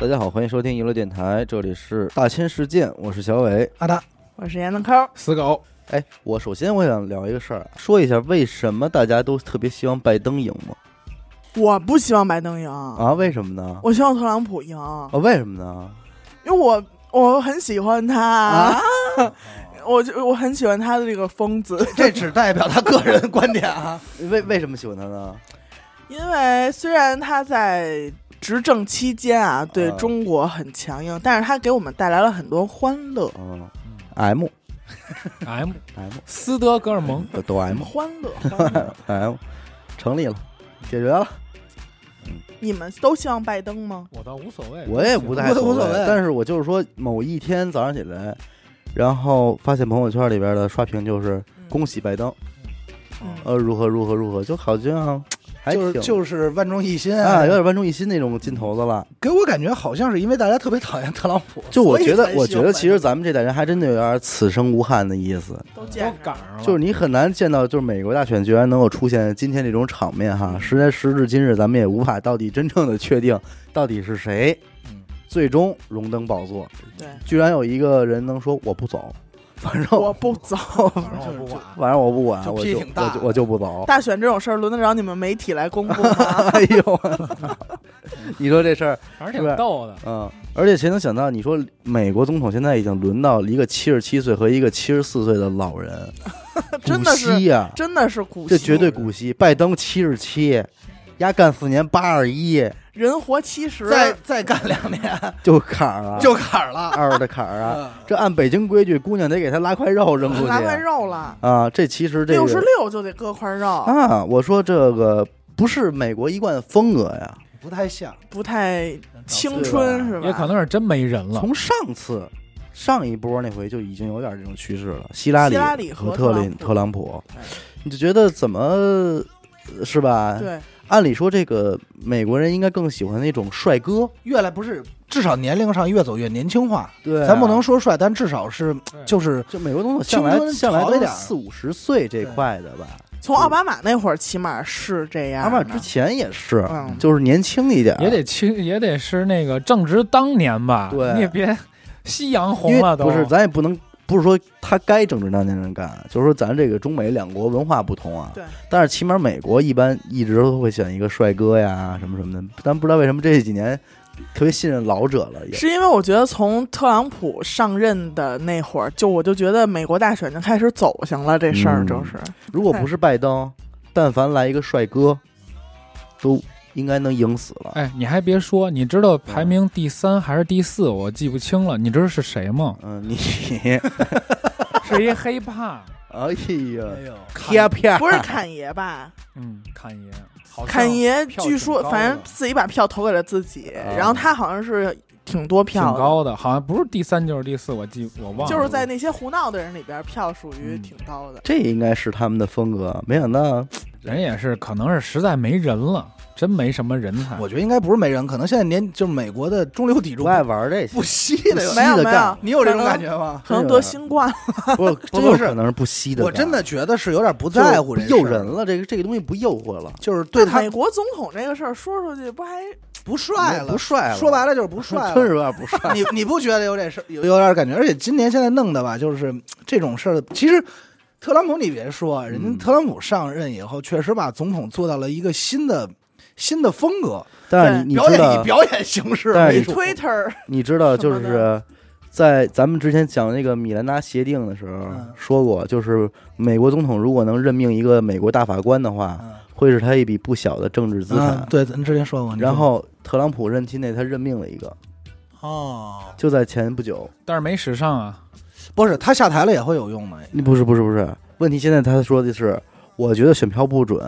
大家好，欢迎收听娱乐电台，这里是大千世界，我是小伟。阿达我是闫子抠，死狗，哎，我首先我想聊一个事儿，啊说一下为什么大家都特别希望拜登赢吗？我不希望拜登赢，啊，为什么呢？我希望特朗普赢，啊，为什么呢？因为我我很喜欢他，啊 我就我很喜欢他的这个疯子， 这只代表他个人观点啊。 为为什么喜欢他呢？因为虽然他在执政期间啊对啊中国很强硬，但是他给我们带来了很多欢乐，嗯，M M M 斯德哥尔蒙，都都 M 欢乐，欢 乐 M 成立了，解决了。你们都希望拜登吗？我倒无所谓，我也不太哎无无所谓但是我就是说某一天早上起来，然后发现朋友圈里边的刷屏就是恭喜拜登，嗯呃，如何如何如何，就好像还就是挺就是万众一心啊，有点万众一心那种劲头子了。给我感觉好像是因为大家特别讨厌特朗普，就我觉所得以才，希望我觉得其拜实登咱们这代人还真的有点此生无憾的意思。都见都着赶上了，就是你很难见到，就是美国大选居然能够出现今天这种场面哈。嗯时来时至今日，咱们也无法到底真正的确定到底是谁嗯最终荣登宝座。对，居然有一个人能说我不走，反正我不走。反正我不管，反正我不管，就我屁就挺大我就我就不 走。大选这种事儿轮得着你们媒体来公布 吗？哎呦， 我操你说这事儿，反正挺逗的。嗯，而且谁能想到，你说美国总统现在已经轮到一个七十七岁和一个七十四岁的老人， 真的古是稀呀、真的是古稀，这绝对古稀。拜登七十七，丫干四年八二一，人活七 十，再再干两年就坎儿 啊，就坎儿了。二的坎儿啊。啊这按北京规矩，姑娘得给他拉块肉扔出去拿嗯块肉了，啊。这其实这六十个六就得割块肉，啊，我说这个不是美国一贯的风格呀。不太像，不太青对春是吧？也可能是真没人了，从上次上一波那回就已经有点这种趋势了，希拉里、希拉里和特和特朗林、普特朗普哎，你就觉得怎么呃是吧？，对，按理说这个美国人应该更喜欢那种帅哥，越来不是，至少年龄上越走越年轻化。对啊咱不能说帅，但至少是对就是就美国总统向来青春向来潮一都点儿四五十岁这块的吧，从奥巴马那会儿起码是这样阿的，玛之前也是，嗯就是年轻一点，也得亲，也得是那个正值当年吧，对你也别夕阳因红为了都，不是，咱也不能。不是说他该政治当年人干，就是说咱这个中美两国文化不同啊。对但是起码美国一般一直都会选一个帅哥呀什么什么的，但不知道为什么这几年特别信任老者了也。是因为我觉得从特朗普上任的那会儿，就我就觉得美国大选就开始走向了，这事儿嗯就是、如果不是拜登，但凡来一个帅哥，都应该能赢死了。？哎，你还别说，你知道排名第三还是第四，我记不清了。你知道是谁吗嗯，你 是一黑 怕，哎呀，呦，啪啪，不是侃爷吧？嗯，侃爷，好像侃爷票据说挺高的反正自己把票投给了自己，啊然后他好像是挺多挺票的。高的，好像不是第三就是第四，我记我忘了。就是在那些胡闹的人里边，票属于挺高的。这应该是他们的风格。没想到人也是，可能是实在没人了，真没什么人才。我觉得应该不是没人，可能现在年就是美国的中流砥柱不爱玩这些不，稀的有稀没有的没干有，你有这种感觉吗？可能得新冠了。不不真有是可能是不稀的干，我真的觉得是有点不就在乎不这事儿诱人，了，这个这个东西不诱惑了，就是对他美国总统这个事儿说出去，不还不帅了，不帅了，说白了就 是不帅了，真是有 点不帅。你你不觉得有点事儿有有点感觉？而且今年现在弄的吧，就是嗯这种事儿。其实特朗普，你别说，啊人嗯家特朗普上任以后，确实把总统做到了一个新的新的风格， 但是你表知演以道，表演形式但是为你主。 Twitter 你知道，就什么是在咱们之前讲那个米兰达协定的时候嗯说过，就是美国总统如果能任命一个美国大法官的话，嗯会是他一笔不小的政治资嗯产，。对，咱之前说过。你说然后特朗普任期内他任命了一个，哦，就在前不久。但是没使上啊，不是他下台了也会有用的。不是不是不是，问题现在他说的是，我觉得选票不准，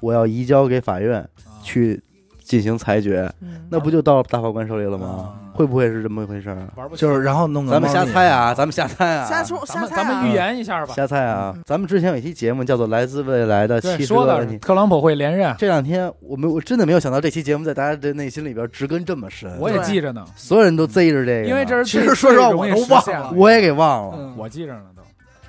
我要移交给法院哦去进行裁决， 嗯那不就到大法官手里了吗？嗯会不会是这么回事儿？玩不起就是然后弄个咱们瞎猫腻猜，啊，咱们瞎猜啊，瞎说咱瞎们猜咱啊们预言一下吧。瞎猜啊！嗯咱们之前有一期节目叫做《来自未来的对，七十说个的问题》，特朗普会连任，这两天我没我真的没有想到这期节目在大家的内心里边植根这么深，我也对记着呢，所有人都贼着这个呢，因为这是其最实说实话最容易我都实忘现了了我也给忘了。嗯我记着呢都。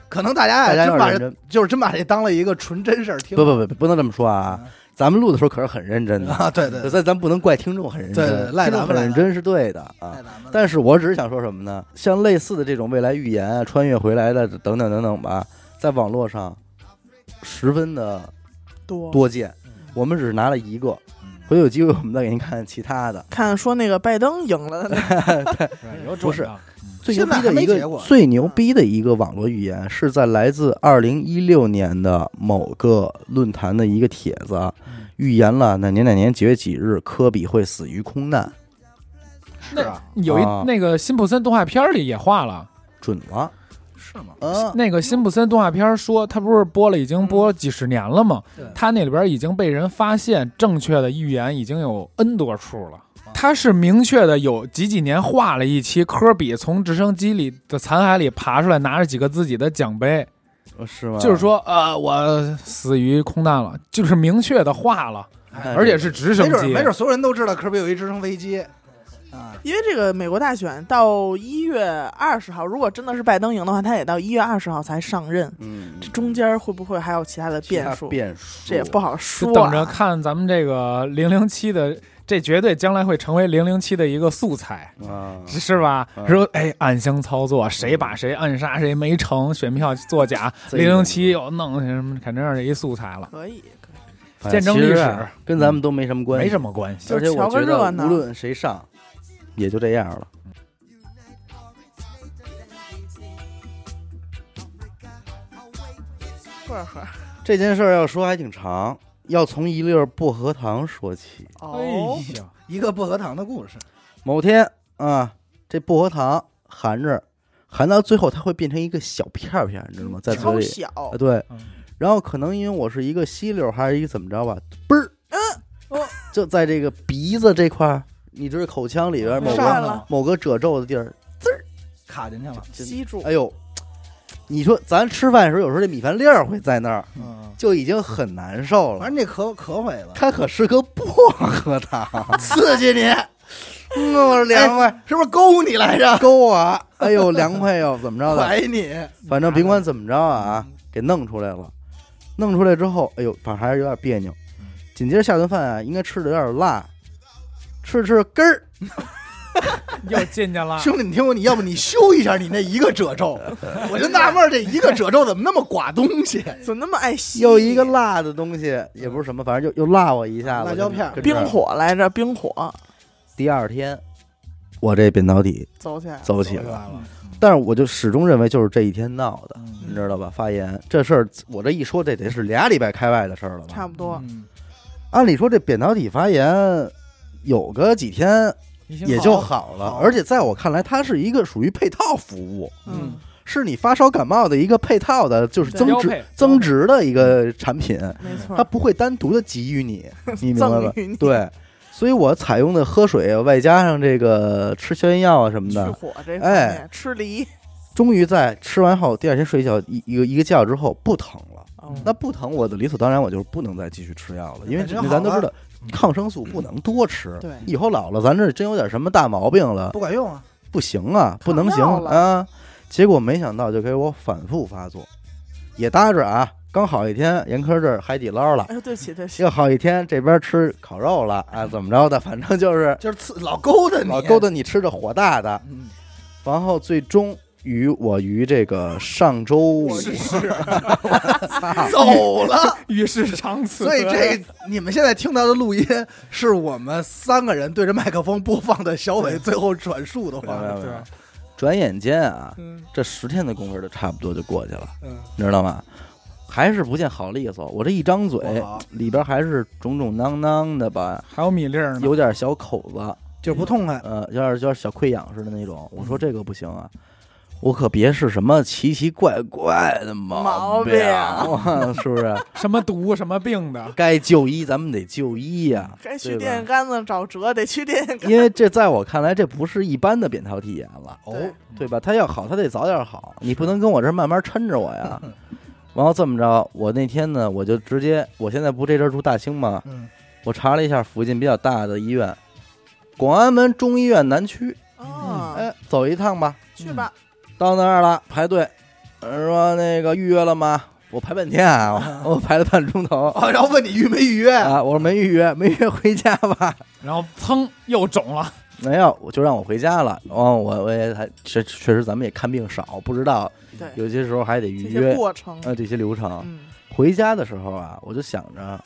可能大家大也家有真把点这认就是真把这当了一个纯真事儿听。不不不，不能这么说啊！咱们录的时候可是很认真的，啊，对对对，咱咱不能怪听众很认真，对对对赖听众咱们很赖认真是对的啊太。难了但是我只是想说什么呢？像类似的这种未来预言啊、穿越回来的等等等等吧，在网络上十分的啊多多见。我们只是拿了一个，嗯回头有机会我们再给您看看其他的。看说那个拜登赢了， 是有不是准的嗯最牛逼现在还的没一结个果最牛逼的一个网络预言是在来自二零一六年的某个论坛的一个帖子啊，嗯预言了哪年哪年几月几日科比会死于空难，是啊，有一啊那个辛普森动画片里也画了，准了。是吗？嗯，那个辛普森动画片说他不是播了已经播几十年了吗嗯对？他那里边已经被人发现正确的预言已经有 N 多处了。啊他是明确的有几几年画了一期科比从直升机里的残骸里爬出来，拿着几个自己的奖杯，是吗？就是，说呃我死于空难了，就是明确的画了，哎而且是直升没准机。没准啊所有人都知道科比有一直升飞机啊，因为这个美国大选到一月二十号，如果真的是拜登赢的话，他也到一月二十号才上任，嗯，这中间会不会还有其他的其他变数？变数，这也不好说、就等啊。着看咱们这个零零七的，这绝对将来会成为零零七的一个素材，啊。是吧嗯？说哎，暗箱操作，谁把谁暗杀，谁没成，选票作假，这个零零七又弄什么，肯定是一素材了，可以，可以哎见证其实历史啊跟咱们都没什么关系，没什么关系。就而且我瞧觉个热得闹无论谁上，也就这样了。过会儿。这件事儿要说还挺长，要从一粒儿薄荷糖说起。哦，哎呀，一个薄荷糖的故事，某天啊，这薄荷糖含着，含到最后它会变成一个小片儿片儿，你知道吗？在嘴超里小，啊，对嗯。然后可能因为我是一个吸溜儿，还是一个怎么着吧，嘣儿，哦就在这个鼻子这块儿，你这口腔里边某上个来上了了某个褶皱的地儿，卡进去了，真吸住哎呦，你说咱吃饭的时候，有时候这米饭粒儿会在那儿，嗯，就已经很难受了反。正这可可毁了，它可是个薄荷糖，刺激你，嗯，我凉快，是不是勾你来着？勾我，哎呦，凉快哟，怎么着的？啊怀你，反正甭管怎么着啊，给弄出来了。弄出来之后，哎呦，反正还是有点别扭。紧接着下顿饭啊，应该吃的有点辣，吃着吃着根儿，又进去了。兄弟，你听我，你要不你修一下你那一个褶皱， 我就纳闷儿这一个褶皱怎么那么刮东西？怎么那么爱吸？又一个辣的东西，也不是什么，反正就又辣我一下子。辣椒片儿就这冰样。火来着，冰火第二天，我这扁桃体走起来了。走走起来来了，了，但是我就始终认为就是这一天闹的，你嗯知道吧？发炎这事儿，我这一说，这得是俩礼拜开外的事儿了吧差？不多，嗯按理说这扁桃体发炎有个几天也就好了，好而且在我看来，它是一个属于配套服务，嗯，是你发烧感冒的一个配套的，就是对增标配值增值的一个产品，没错它。不会单独的给予你，你明白吧赠予你？对，所以我采用的喝水外加上这个吃消炎药啊什么去的，火这方哎面，吃梨，终于在吃完后第二天睡觉一一个一个觉之后不疼了。嗯哦嗯那不疼，我的理所当然，我就是不能再继续吃药了，因为感觉好咱都知了道，抗生素不能多吃。对以后老了，咱这真有点什么大毛病了，不管用啊，不行啊，不能行药了啊。结果没想到就给我反复发作，也搭着啊，刚好一天严科这儿海底捞了，哎呦，对不起，对不起又，好一天这边吃烤肉了啊，怎么着的，反正 就是就是刺老勾搭你，老勾搭你吃着火大的， 嗯，然后最终于我于这个上周五是走了。与世长辞。 所以这个你们现在听到的录音是我们三个人对着麦克风播放的小伟最后转述的没有没有话。没有对转眼间啊，嗯，这十天的功夫就差不多就过去了，嗯，你知道吗？还是不见好利索，我这一张嘴不好里边还是肿肿囊囊的吧，还有米粒嗯儿呢，有点小口子，就是不痛快，呃，有点有点小溃疡似的那嗯种。我说这个不行啊，我可别是什么奇奇怪怪的毛病，啊啊 是不是？什么毒什么病的，该就医咱们得就医呀、该去对吧电线杆子找辙，得去电线杆。因为这在我看来，这不是一般的扁桃体炎了，对，嗯对吧？他要好，他得早点好，你不能跟我这儿慢慢抻着我 呀。然后这么着，我那天呢，我就直接，我现在不这阵儿住大兴吗？嗯，我查了一下附近比较大的医院，广安门中医院南区，哦，哎，走一趟吧。去吧，到那儿了，排队，呃说那个预约了吗？我排半天啊， 我我排了半钟头啊，然后问你预没预约，啊，我说没预约，没预约回家吧？然后噌又肿了，没有，我就让我回家了。哦，我我也还确确实咱们也看病少，不知道对，嗯有些时候还得预这约些过程，啊这些流程。嗯，回家的时候啊，我就想着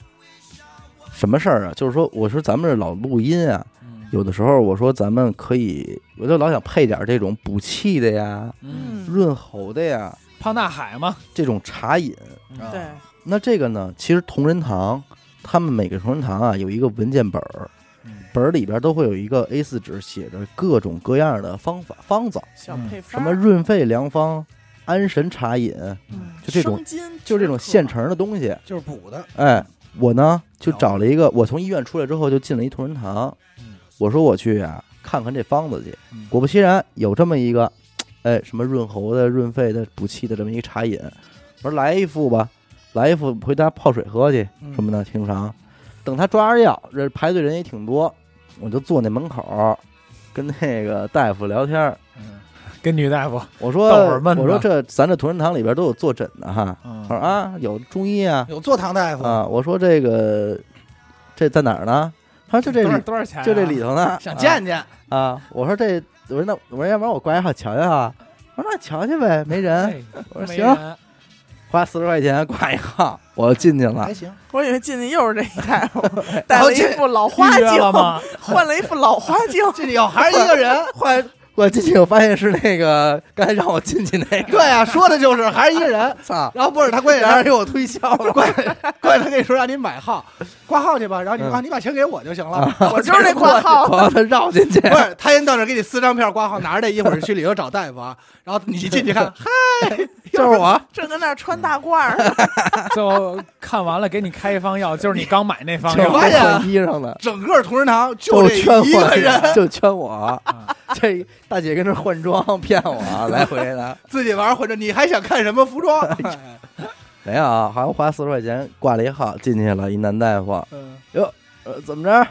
什么事儿啊，就是说，我说咱们这老录音啊，有的时候我说咱们可以，我就老想配点这种补气的呀、嗯，嗯润喉的呀胖大海嘛，这种茶饮。啊对，那这个呢，其实同仁堂他们每个同仁堂啊有一个文件本儿，嗯本儿里边都会有一个 A 4纸，写着各种各样的方法方子，小嗯配方什么润肺良方、安神茶饮，嗯就这种生津就这种止渴现成的东西。就是补的，哎，我呢就找了一个，我从医院出来之后就进了一同仁堂嗯，我说我去啊看看这方子去嗯，果不其然有这么一个，哎，什么润喉的、润肺的、补气的这么一个茶饮，我说来一副吧，来一副回家泡水喝去嗯什么的，平常，等他抓着药，这排队人也挺多，我就坐那门口跟那个大夫聊天儿，嗯，跟女大夫，我说逗会儿闷子我说这咱这同仁堂里边都有坐诊的哈，嗯他说啊有中医啊，有做唐大夫，啊，我说这个这在哪儿呢？他说就这多少里，多少钱啊？就这里头呢。想见见，啊我说这，我说那我说要不然我挂一号瞧瞧啊。我说那瞧瞧呗，没人。哎，啊我说没行人花四十块钱挂一号，我进去了还。行，我以为进去又是这一大夫， 带了一副老花 预镜约了，吗？换了一副老花镜， 这里有还是一个人，后来我进去，我发现是那个刚才让我进去那对个，呀、说的就是还是一个人。操，然后不是他关键让人是给我推销 了。关关键他跟你说让你买号，挂号去吧，然后你说嗯啊你把钱给我就行了。啊我就是那挂号。我让他绕进去。不是，他先到那儿给你撕张票挂号，拿着这一会儿去里头找大夫啊。然后你一进去看，嗨，就是我， 嗯正跟那儿穿大褂儿呢， 就看完了，给你开一方药，就是你刚买那 方就是药我我。发现啊换衣裳了，整个同仁堂就就这圈一个人，我，就圈我啊。这大姐跟这换装骗我，来回的。自己玩儿混着，你还想看什么服装？哎没有，啊好像花四十块钱挂了一号进去了，一男大夫，嗯呃，怎么着？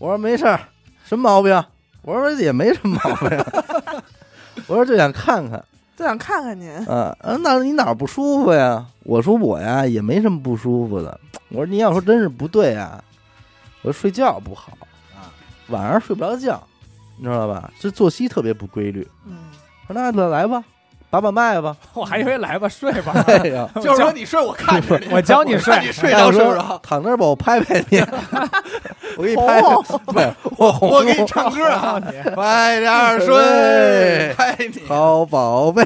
我说没事儿，什么毛病？我说也没什么毛病， 我说就想看看，就想看看您。啊、呃，那你哪儿不舒服呀？我说我呀也没什么不舒服的，我说你要说真是不对啊，我说睡觉不好啊，晚上睡不着觉，你知道吧？这作息特别不规律。嗯，我说那那来吧，把把脉吧。 我还以为来吧，睡吧。哎呀，我就是教说你睡我看着你，我教你 我睡看你睡着睡哎不我说着，躺那儿吧，我拍拍 你，我给你红拍，对，我哄哦我给你哄 唱歌啊，你 快点儿对 睡，拍你。好宝贝，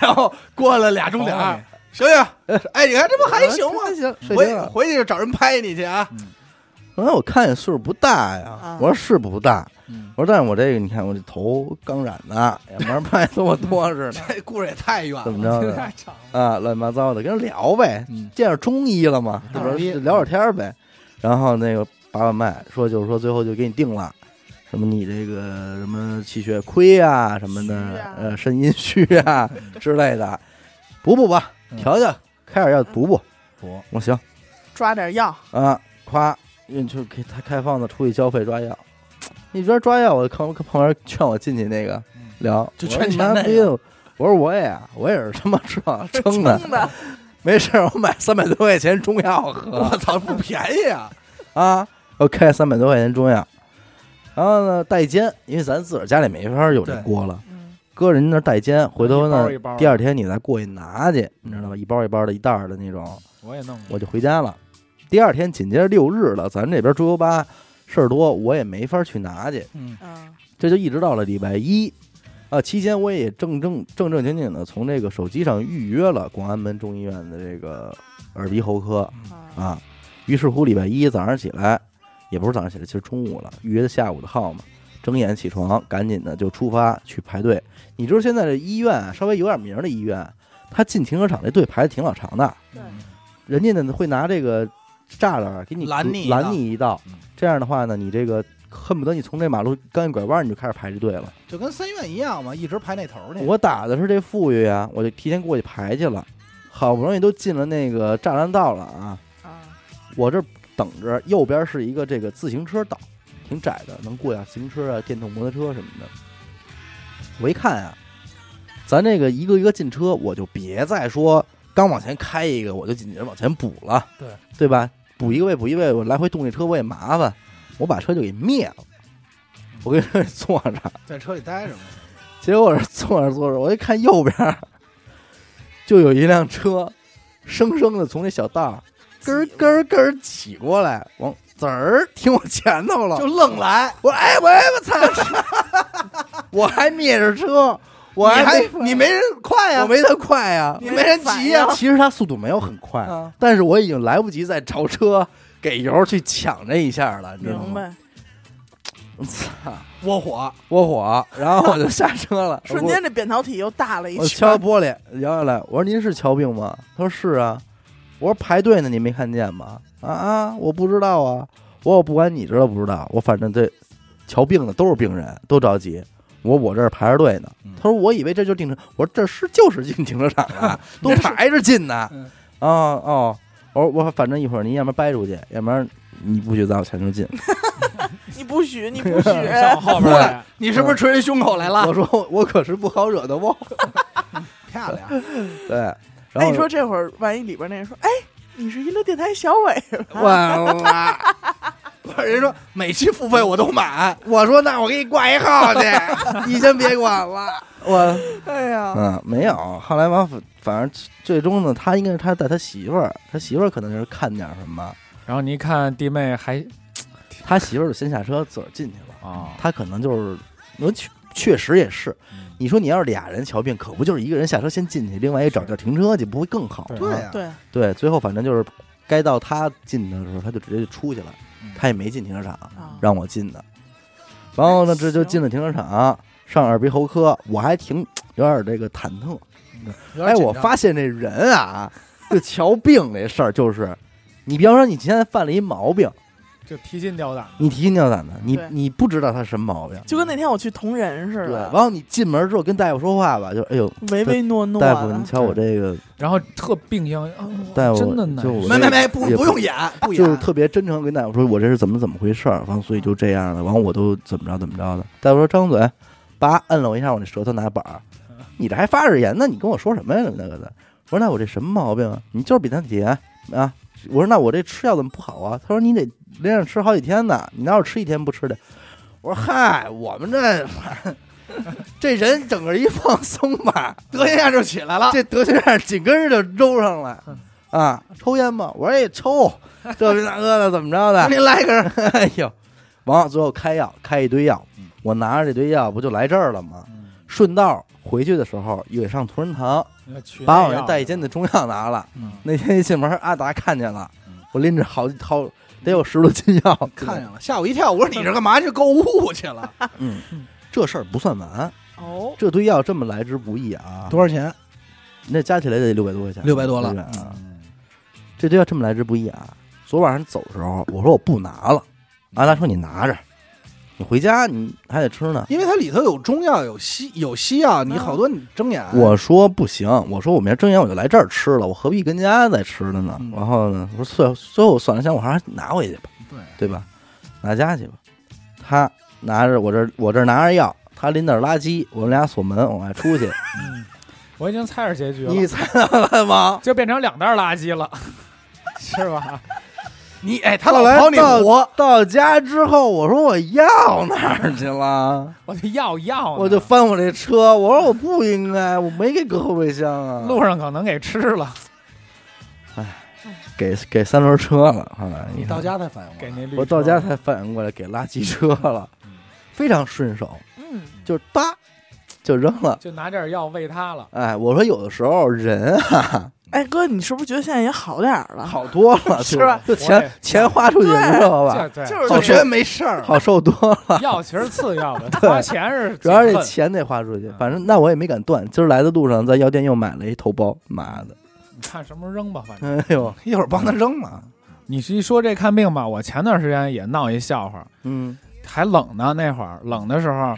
然后过了俩钟点儿，醒醒，啊哎，你看这不还行吗？还啊行， 睡觉回了。回去就找人拍你去啊！后来我看你岁数不大呀啊，我说是不大，嗯我说但是我这个你看我这头刚染的，也没人拍得我多 似的，这故事也太远怎了，么着这的太长了。啊，乱七八糟的，跟人聊呗，嗯见着中医了嘛，嗯大就老说逼聊会儿天儿呗，然后那个把把脉，说就是说最后就给你定了。什么你这个什么气血亏啊什么的，虚啊呃肾阴虚 啊之类的，补补吧，嗯调调，开点药补补。补我行抓点药，啊，夸，嗯就给他开放的出去交费抓药，一边抓药，我就看我看旁边劝我进去那个嗯聊，就我说劝你钱妈那逼的，我说我也啊我也是他妈这 撑的，撑的，没事儿，我买三百多块钱中药喝我操，不便宜啊！啊，我开三百多块钱中药，然后呢带煎，因为咱自个儿家里没法有这对锅了，嗯，搁人家那儿带煎， 回头一呢包一包第二天你再过去拿去，你知道吧？一包一包的，一袋儿的那种，我也弄过，我就回家了。第二天紧接着六日了，咱这边桌游吧事儿多，我也没法去拿去，嗯，嗯，这就一直到了礼拜一。啊，期间我也正正正正经经的从这个手机上预约了广安门中医院的这个耳鼻喉科啊，啊。于是乎，礼拜一早上起来，也不是早上起来，其实中午了，预约的下午的号嘛。睁眼起床，赶紧的就出发去排队。你知道现在这医院啊，稍微有点名儿的医院，它进停车场这队排的挺老长的。对嗯人家呢会拿这个栅栏给你拦阻你一道拦你一道嗯，这样的话呢，你这个恨不得你从这马路刚一拐弯你就开始排这队了。就跟三院一样嘛，一直排那头呢。我打的是这富裕呀，我就提前过去排去了，好不容易都进了那个栅栏道了啊，啊，我这等着右边是一个这个自行车道，挺窄的，能过下自行车啊、电动摩托车什么的。我一看啊，咱这个一个一个进车，我就别再说刚往前开一个，我就紧接着往前补了，对对吧？补一个位，补一个位，我来回动这车我也麻烦，我把车就给灭了。我跟这 坐着，在车里待着嘛。结果是坐着坐着，我一看右边儿，就有一辆车，生生的从那小道儿咯儿咯儿咯儿挤过来，往滋儿停我前头了，就愣来，我哎我哎我操！ 我还灭着车，我你还没你没人快呀、我没他快呀、你没人急呀、其实他速度没有很快，啊但是我已经来不及再找车给油去抢这一下了，你知道明吗？白？，操！窝火，窝火，然后我就下车了 瞬间这扁桃体又大了一我我圈敲儿。玻璃摇下来，我说您是乔病吗？他说是啊，我说排队呢，你没看见吗？啊啊，我不知道啊，我说我不管你知道不知道，我反正这瞧病的都是病人，都着急。我说我这儿排着队呢嗯，他说我以为这就是停车，我说这是就是进停车场啊，都排着进呢嗯。啊哦，我说我反正一会儿您要么掰出去，要不然你不许在我前头进。你不许，你不许，哎上我后边来，你是不是捶人胸口来了？我说我可是不好惹的哦。漂亮，对，然哎，后你说这会儿万一里边那人说，哎，你是娱乐电台小伟，哇哇。不 是人说每期付费我都买，我说那我给你挂一号 去，你先别管了。 我哎呀，啊嗯，没有。后来完，反正最终呢，他应该是他带他媳妇儿，他媳妇儿可能就是看点什么，然后你一看弟妹还他媳妇儿就先下车自个儿进去了。啊，他可能就是，我确确实也是。嗯你说你要是俩人瞧病，可不就是一个人下车先进去，另外一个找地儿停车去，不会更好吗？对呀、对，对，最后反正就是该到他进的时候，他就直接就出去了嗯，他也没进停车场。啊让我进的。然后呢，这就行进了停车场，上耳鼻喉科，我还挺有点这个忐忑。有点哎，紧张我发现这人啊，就瞧病这事儿，就是你比方说你现在犯了一毛病，就提心吊胆。你提心吊胆的，你对你不知道他什么毛病，就跟那天我去同仁似对。然的，后你进门之后跟大夫说话吧，就哎呦，唯唯诺诺大夫，你的，哦瞧我这个，然后特病殃，啊大夫真的难就受我没没没，也不不不用演，不演，就是特别真诚地跟大夫说，我这是怎么怎么回事儿，完了所以就这样了，完了我都怎么着怎么着的。大夫说张嘴，叭摁了我一下，我那舌头拿板儿，你这还发着炎呢，你跟我说什么呀？那个的，我说那我这什么毛病啊？你就是扁桃体炎啊！我说那我这吃药怎么不好啊？他说你得连着吃好几天呢，你哪有吃一天不吃的？我说嗨，我们这 这人整个一放松吧，德行一下就起来了。这德行院紧跟着就周上来啊！抽烟吗？我说也抽，这位大哥的怎么着 的？ 您来一根，哎呦，完了最后开药，开一堆药嗯，我拿着这堆药不就来这儿了吗？嗯顺道回去的时候也上同仁堂，要去把我那那药带监的中药拿了。嗯那天一进门，阿达看见了嗯，我拎着好几套，得有十多斤药。看 见了，吓我一跳。我说你这干嘛去购物去了？嗯，这事儿不算完，哦，这堆药这么来之不易啊， 多少钱？那加起来得六百多块钱， 600多了对吧啊。嗯这对要这么来之不易啊！昨晚上走的时候，我说我不拿了，阿达说你拿着，你回家你还得吃呢。因为它里头有中药，有西有西药，你嗯好多你睁眼。我说不行，我说我明儿睁眼我就来这儿吃了，我何必跟家再吃了呢嗯？然后呢，我说最后最后我算了想，我还是拿回去吧，对对吧？拿家去吧。他拿着我这我这拿着药，他拎点垃圾，我们俩锁门往外 出去。嗯，我已经猜着结局你了，猜到了吗？就变成两袋垃圾了， 是吧？你哎，他后老来跑你到活，到家之后，我说我药哪儿去 了？我就要要呢， 我就翻我这车，我说我不应该，我没给搁后备箱啊，路上可能给吃了，给给三轮车了。后来你到，家才反应过给来。那绿我到家车才反应过来，给垃圾车了嗯，非常顺手，嗯，就是叭就扔了。就拿点药喂它了，哎，我说有的时候人啊哎哥，你是不是觉得现在也好点 儿了？好多了，是吧就我也钱钱花出去，你知道吧？这就是我好觉吃得没事儿，好受多 了，药其实次 要的，花钱是主要是这最钱得花出去。嗯反正那我也没敢断，今儿来的路上在药店又买了一头孢，妈的， 恨看什么时候扔吧，反正。哎呦， 一会儿帮他扔嘛。你是一说这看病吧，我前段时间也闹一笑话，嗯还冷呢，那会儿冷的时候，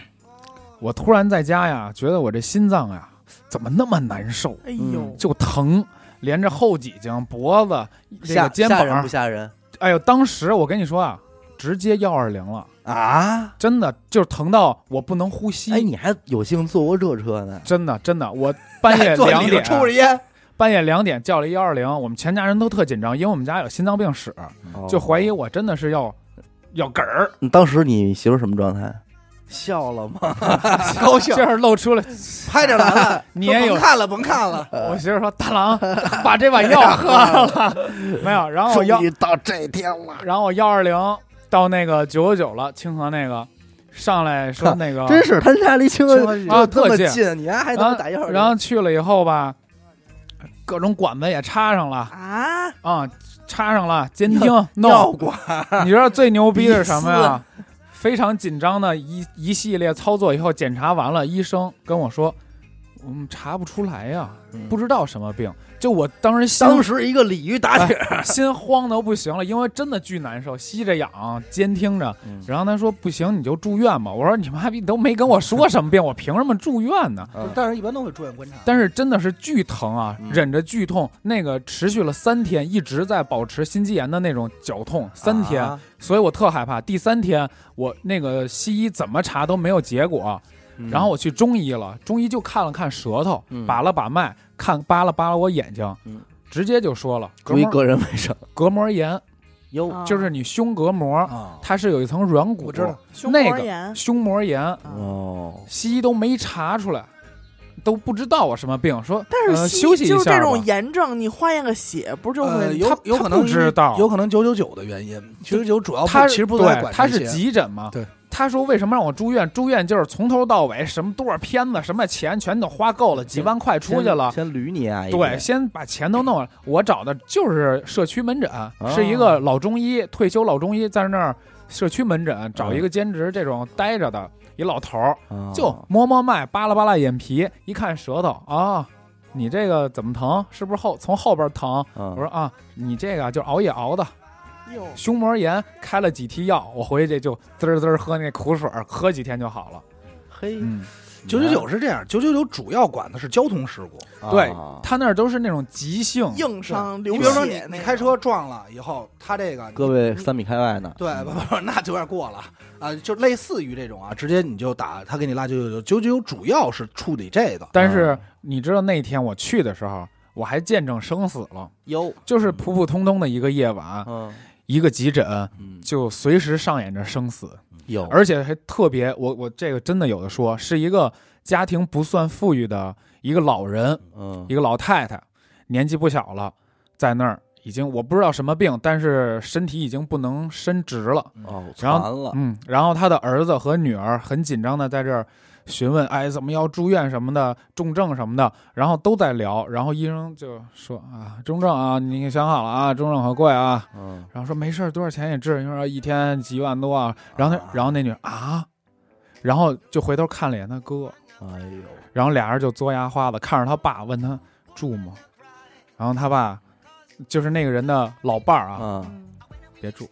我突然在家呀，觉得我这心脏呀怎么那么难受，哎呦，就疼，连着后脊梁、脖子、这吓个肩吓人膀不，吓人哎呦，当时我跟你说啊，直接幺二零了，啊？真的就是疼到我不能哎呼吸，哎，你还有幸坐过这车呢？ 真的真的，我半夜坐两哎里头点抽着烟，半夜两点叫了幺二零，我们全家人都特紧张，因为我们家有心脏病史，哦嗯就怀疑我真的是要要嗝 儿，你嗯当时你媳妇儿什么状态？笑了吗？高兴这样露出了。拍着来 了，你也有说甭看了，甭看了，我媳妇儿说：“大郎，把这碗 药喝了。”没有，然后我幺终，于到这天了，然后我幺二零到那个九九九了，清河那个上来 说那个真是他家离清河清啊就这么特近近，啊你还还他妈打幺二零，然后去了以后吧，各种管子也插上了啊，啊、插上了监听尿弄。管你知道最牛逼的是什 么呀？非常紧张的一一系列操作以后，检查完了，医生跟我说，我们查不出来呀、嗯不知道什么病。就我当时心当时一个鲤鱼打挺，心慌的不行了，因为真的巨难受，吸着氧，监听着。嗯然后他说不行，你就住院吧。我说你妈逼都没跟我说什么病，我凭什么住院呢？啊但是一般都会住院观察。嗯但是真的是巨疼啊嗯，忍着剧痛，那个持续了三天，一直在保持心肌炎的那种绞痛，三天，啊所以我特害怕。第三天，我那个西医怎么查都没有结果，嗯然后我去中医了，中医就看了看舌头，嗯把了把脉，看扒拉扒拉我眼睛，嗯直接就说了隔注意膜个人卫生隔膜炎，哟啊就是你胸隔膜，啊，它是有一层软骨，我知道胸那膜个炎，胸膜炎，啊哦，西医都没查出来，都不知道我什么病，说但是呃、西休息一下就是吧这种炎症，你化验个血不就呃，会有他有他可能不知道有可能九九九的原因，九九九主哦要不他其实不对太管他这是些急诊嘛？对。他说：“为什么让我住院？住院就是从头到尾，什么多少片子，什么钱全都花够了，几万块出去了。先先捋你啊，一对，遍先把钱都弄了。我找的就是社区门诊，哦是一个老中医，退休老中医，在那儿社区门诊嗯找一个兼职这种待着的一老头哦儿，啊就摸摸脉，扒拉扒拉眼皮，一看舌头啊，你这个怎么疼？是不是后从后边疼？我我说嗯啊，你这个就是熬夜熬的，哟胸膜炎开了几滴药，我回去这就滋儿滋嗯儿喝那苦水儿，喝几天就好了。嘿，嗯，九九九是这样，九九九主要管的是交通事故。对啊他那儿都是那种急性，硬伤流你血比如说你那你个开车撞了以后，他这个各位三米开外呢，对不不不，那就有点过了啊，就类似于这种啊，直接你就打他给你拉九九九，九九九主要是处理这个。但是嗯你知道那天我去的时候，我还见证生死了，哟，就是普普通通的一个夜晚，嗯一个急诊嗯就随时上演着生死，有而且还特别，我我这个真的有的说，是一个家庭不算富裕的一个老人，嗯一个老太太，年纪不小了，在那儿已经我不知道什么病，但是身体已经不能伸直了。哦，然后完了，嗯，然后他的儿子和女儿很紧张的在这儿询问，哎，怎么要住院什么的，重症什么的，然后都在聊。然后医生就说啊，重症啊，你想好了啊，重症很贵啊。嗯然后说没事儿，多少钱也治。你说一天几万多啊。然后他，然后那女儿啊，然后就回头看了一眼他哥，哎呦，然后俩人就嘬牙花子看着他爸，问他住吗？然后他爸就是那个人的老伴儿啊，啊嗯别住。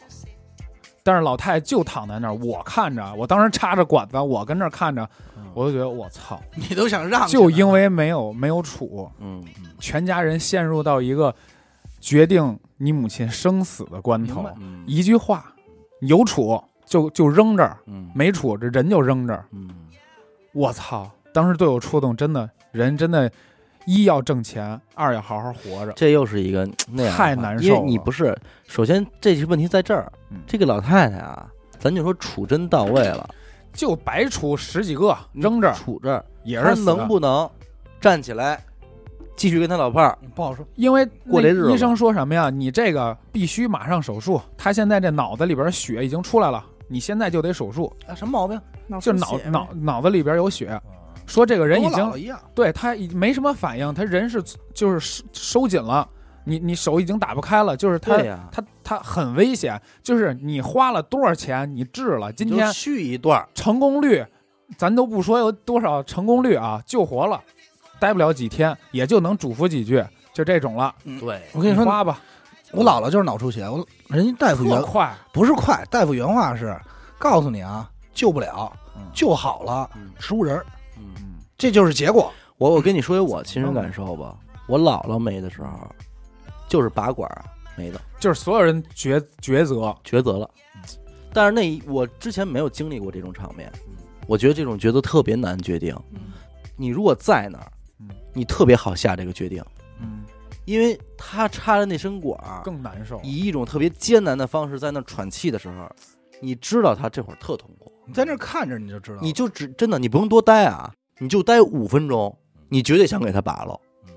但是老太太就躺在那儿，我看着，啊我当时插着管子，我跟那儿看着，嗯我就觉得我操，你都想让就因因为没有没有处，嗯全家人陷入到一个决定你母亲生死的关明头白。嗯一句话，有处就就扔这儿，嗯没处这人就扔这儿。嗯我操！当时对我触动，真的，人真的，一要挣钱，二要好好活着。这又是一个那样的太话难因为受你了不是，首先这些问题在这儿嗯，这个老太太啊，咱就说处真到位了，就白出十几个扔嗯这儿处这儿，也她是死的能不能站起来，继续跟她老伴儿？不好说，因为那过这日子医生说什么呀？你这个必须马上手术。他现在这脑子里边血已经出来了，你现在就得手术，啊，什么毛病？脑就出脑哦血呗脑脑子里边有啊血。说这个人已跟我经姥姥一样，对他已没什么反应，他人是就是收收紧了，你你手已经打不开了，就是他对呀，他他很危险，就是你花了多少钱，你治了，今你就天续一段儿，成功率，咱都不说有多少成功率啊，救活了，待不了几天，也就能嘱咐几句，就这种了。对，我跟你说，花吧，我姥姥就是脑出血，我人家大夫特原快，不是快，大夫原话是告诉你啊，救不了，嗯救好了嗯植物人儿，嗯。嗯，这就是结果。我我跟你说一我亲身感受吧，嗯我姥姥没的时候，就是拔管儿没的，就是所有人抉抉择，抉择了。嗯但是那一我之前没有经历过这种场面，嗯我觉得这种抉择特别难决定。嗯你如果在那儿嗯，你特别好下这个决定，嗯，因为他插着那身管儿，更难受。以一种特别艰难的方式在那儿喘气的时候，你知道他这会儿特痛苦，你在那儿看着你就知道了，你就只真的你不用多待啊，你就待五分钟，你绝对想给他拔了嗯，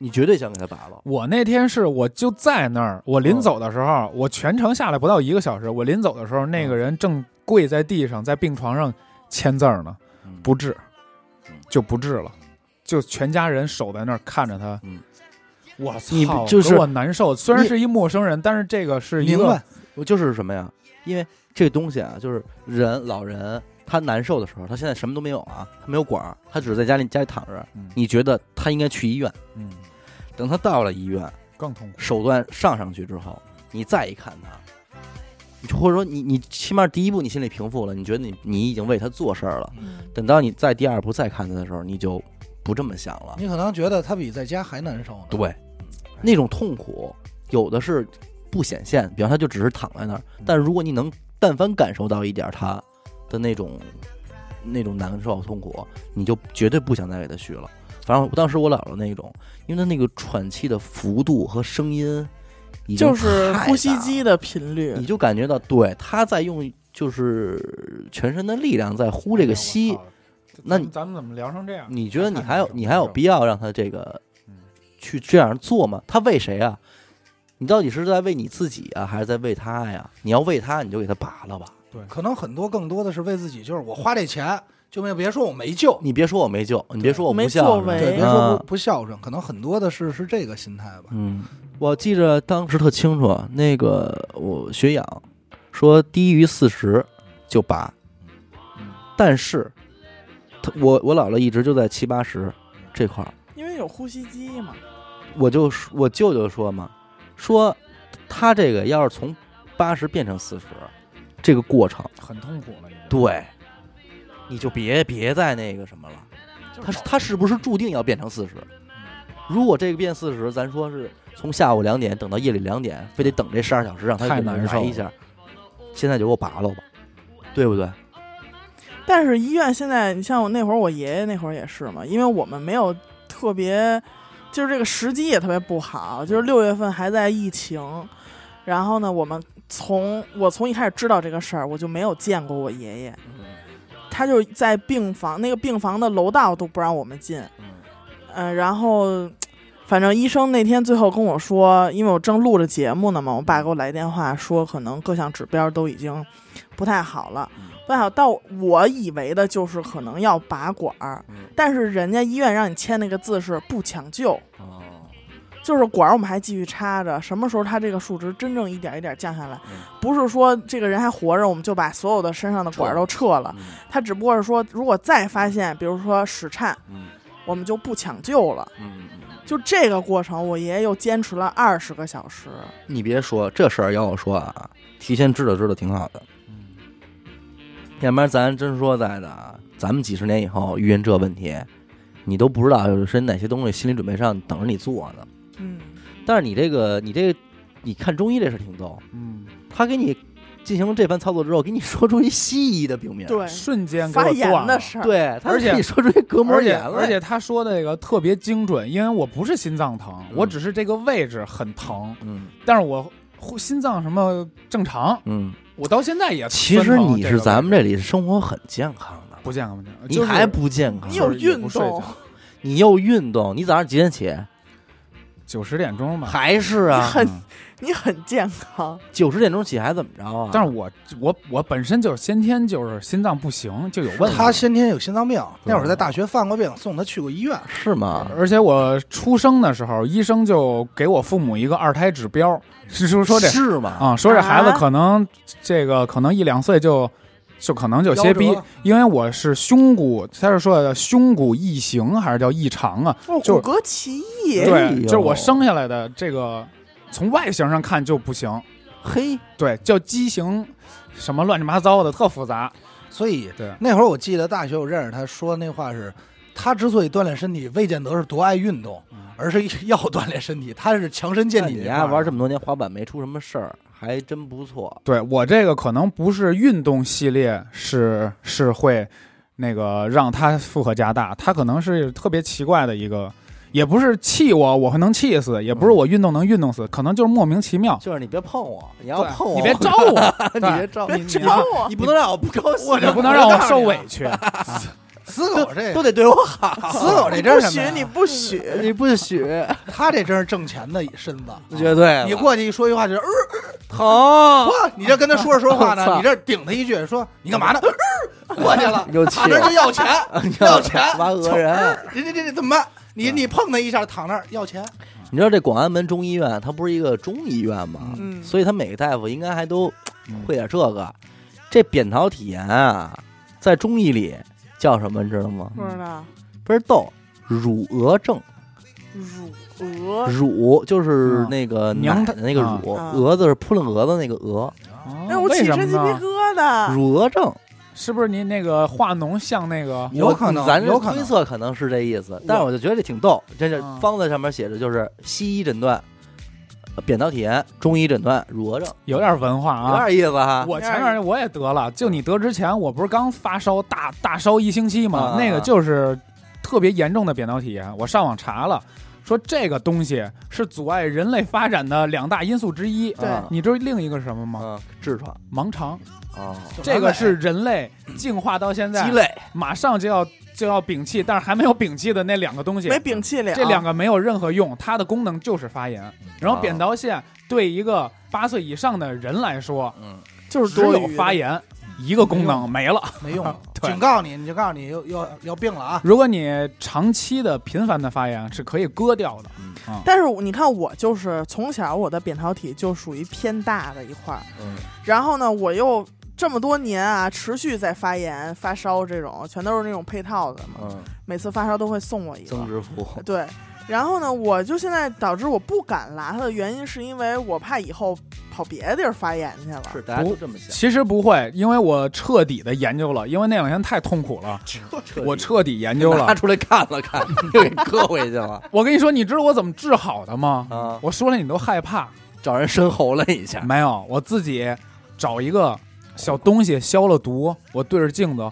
你绝对想给他拔了。我那天是我就在那儿，我临走的时嗯候，我全程下来不到一个小时，我临走的时候，那个人正跪在地上，在病床上签字儿呢，嗯不治嗯，就不治了，就全家人守在那儿看着他嗯。我你操，就是给我难受。虽然是一陌生人，但是这个是一明个白？我就是什么呀？因为这东西啊，就是人老人他难受的时候，他现在什么都没有啊，他没有管儿，他只是在家里家里躺着嗯。你觉得他应该去医院？嗯等他到了医院，更痛苦。手段上上去之后，你再一看他，你就或者说你你起码第一步你心里平复了，你觉得你你已经为他做事儿了。嗯等到你再第二步再看他的时候，你就不这么想了。你可能觉得他比在家还难受呢。，对，那种痛苦有的是不显现，比方他就只是躺在那儿，嗯但如果你能但凡感受到一点他的那种那种难受痛苦，你就绝对不想再给他续了。反正我当时我姥姥那种，因为他那个喘气的幅度和声音已经就是太呼吸大机的频率你，就感觉到，对，他在用就是全身的力量在呼这个哎吸呀，我操那咱你咱们怎么聊成这样？你觉得你太还有难受啊你还有了必要让他这个嗯去这样做吗？他为谁啊？你到底是在为你自己啊，还是在为他呀？你要为他，你就给他拔了吧。可能很多更多的是为自己，就是我花这钱，就没有别说我没救，你别说我没救，你别说我没不孝作顺为对，哎别说啊不不孝顺，可能很多的是是这个心态吧。嗯，我记着当时特清楚，啊那个我学养说低于四十就拔，嗯但是他我我姥姥一直就在七八十这块儿。因为有呼吸机嘛。我就说我舅舅说嘛，说他这个要是从八十变成四十，这个过程，很痛苦了，已经。对，你就别别再那个什么了。他是他是不是注定要变成四十？如果这个变四十，咱说是从下午两点等到夜里两点，非得等这十二小时，让他太给我难来受一了下。现在就给我拔了吧，对不对？但是医院现在，你像我那会儿，我爷爷那会儿也是嘛，因为我们没有特别，就是这个时机也特别不好，就是六月份还在疫情，然后呢，我们从我从一开始知道这个事儿，我就没有见过我爷爷，嗯他就在病房，那个病房的楼道都不让我们进，嗯，然后反正医生那天最后跟我说，因为我正录着节目呢嘛，我爸给我来电话说，可能各项指标都已经不太好了嗯，不太好。到我以为的就是可能要拔管儿，但是人家医院让你签那个字是不抢救，哦，就是管儿我们还继续插着，什么时候它这个数值真正一点一点降下来嗯，不是说这个人还活着，我们就把所有的身上的管儿都撤嗯了，他只不过是说，如果再发现，比如说室颤，嗯我们就不抢救了。嗯，就这个过程，我爷爷又坚持了二十个小时。你别说这事儿，要我说啊，提前知道知道挺好的。嗯，要不然咱真说在的啊，咱们几十年以后遇见这问题，你都不知道是哪些东西心理准备上等着你做呢。嗯，但是你这个，你这个，你看中医这事儿挺逗，嗯，他给你进行了这番操作之后，给你说出一西医的病名，对，瞬间给我发断炎了的。事儿，，对，他而且给你说出一隔膜而且炎来，而且他说的那个特别精准，因为我不是心脏疼，嗯我只是这个位置很疼，嗯但是我呼心脏什么正常，嗯，我到现在也其实呃酸疼你这是个咱们位这里生活很健康的置，不健康不健康，你就是还不健康你，就有是也运不睡觉动，你又运动，你早上几点起？九十点钟吧？还是啊，很嗯你很健 康。九十点钟起还怎么着啊？但是我我我本身就是先天就是心脏不行就有问题，他先天有心脏病，对那嗯会儿在大学犯过病，送他去过医院。是吗？而且我出生的时候医生就给我父母一个二胎指标， 是说说这是吗？啊、说这孩子啊可能这个可能一两岁就就可能就歇夭逼折，因为我是胸骨，他是说的胸骨异形还是叫异常啊？哦，就骨骼奇异，哎对，呦就是我生下来的这个从外形上看就不行，嘿，对，叫畸形什么乱七八糟的，特复杂。所以对，那会儿我记得大学我认识他说那话是，他之所以锻炼身体，未见得是多爱运动嗯，而是 要锻炼身体，他是强身健那体你这块儿。呀，玩这么多年滑板没出什么事儿，还真不错。对我这个可能不是运动系列是是会那个让他负荷加大，他可能是特别奇怪的一个也不是气我，我能气死；也不嗯是我运动能运动死，可能就是莫名其妙。就是你别碰我，你要对哦碰我，你别招 我，你对别招你招你要我你不能让我不高兴，我就不能让我受委屈。死狗这都得 对我好，死狗这你真不是什么许呀你嗯不许， 你不许，他这真是挣钱的身子。啊绝对你过去一说一句话就，呃，疼， 哇你这跟他说着说话 我操呢，你这顶他一句说你干嘛呢？呃过去 了，你就气躺那儿了，就要钱要钱，嗯挖讹人。人家这这怎么办？你你碰他一下，躺那儿要钱，你知道这广安门中医院，它不是一个中医院吗？嗯，所以他每个大夫应该还都嗯会点这个。这扁桃体炎啊，在中医里叫什么？你知道吗？不知道倍儿逗，乳鹅症。乳啊鹅。乳就是嗯那个娘奶胎的那个啊乳，啊蛾子是扑棱蛾子那个蛾，哎，哦我为起什身么鸡皮呢？疙瘩。乳蛾症。是不是你那个化脓像那个？有可能我咱这有可能推测可能是这意思，但是我就觉得这挺逗。这是嗯方子上面写着，就是西医诊断呃扁桃体炎，中医诊断乳蛾症，有点文化有啊！点意思哈。我前面我也得了，就你得之前，我不是刚发烧大大烧一星期啊吗？那个就是特别严重的扁桃体炎，我上网查了，说这个东西是阻碍人类发展的两大因素之一。对嗯你知道另一个是什么吗？嗯，痔疮盲肠，哦，这个是人类进化到现在鸡肋马上就要就要摒弃，但是还没有摒弃的那两个东啊西，没摒弃了，这两个没有任何用，它的功能就是发炎。然啊后扁桃腺对一个八岁以上的人来说，嗯，就是只多有余的发炎一个功能没了。没用啊了对警告你，你就告诉你要要要病了啊！如果你长期的频繁的发炎是可以割掉的，但是我你看，我就是从小我的扁桃体就属于偏大的一块儿，嗯然后呢，我又这么多年啊，持续在发炎、发烧这种，全都是那种配套的嘛，嗯，每次发烧都会送我一增个。殖服对，然后呢，我就现在导致我不敢拉它的原因，是因为我怕以后跑别的地儿发炎去了。是大家都这么想， 其实不会，因为我彻底的研究了，因为那两天太痛苦了，底我彻底研究拿 了。出来看了看， 又给搁回去了我跟你说，你知道我怎么治好的吗？啊，我说了你都害怕，找人深喉了一下，没有，我自己找一个小东西消了毒，我对着镜子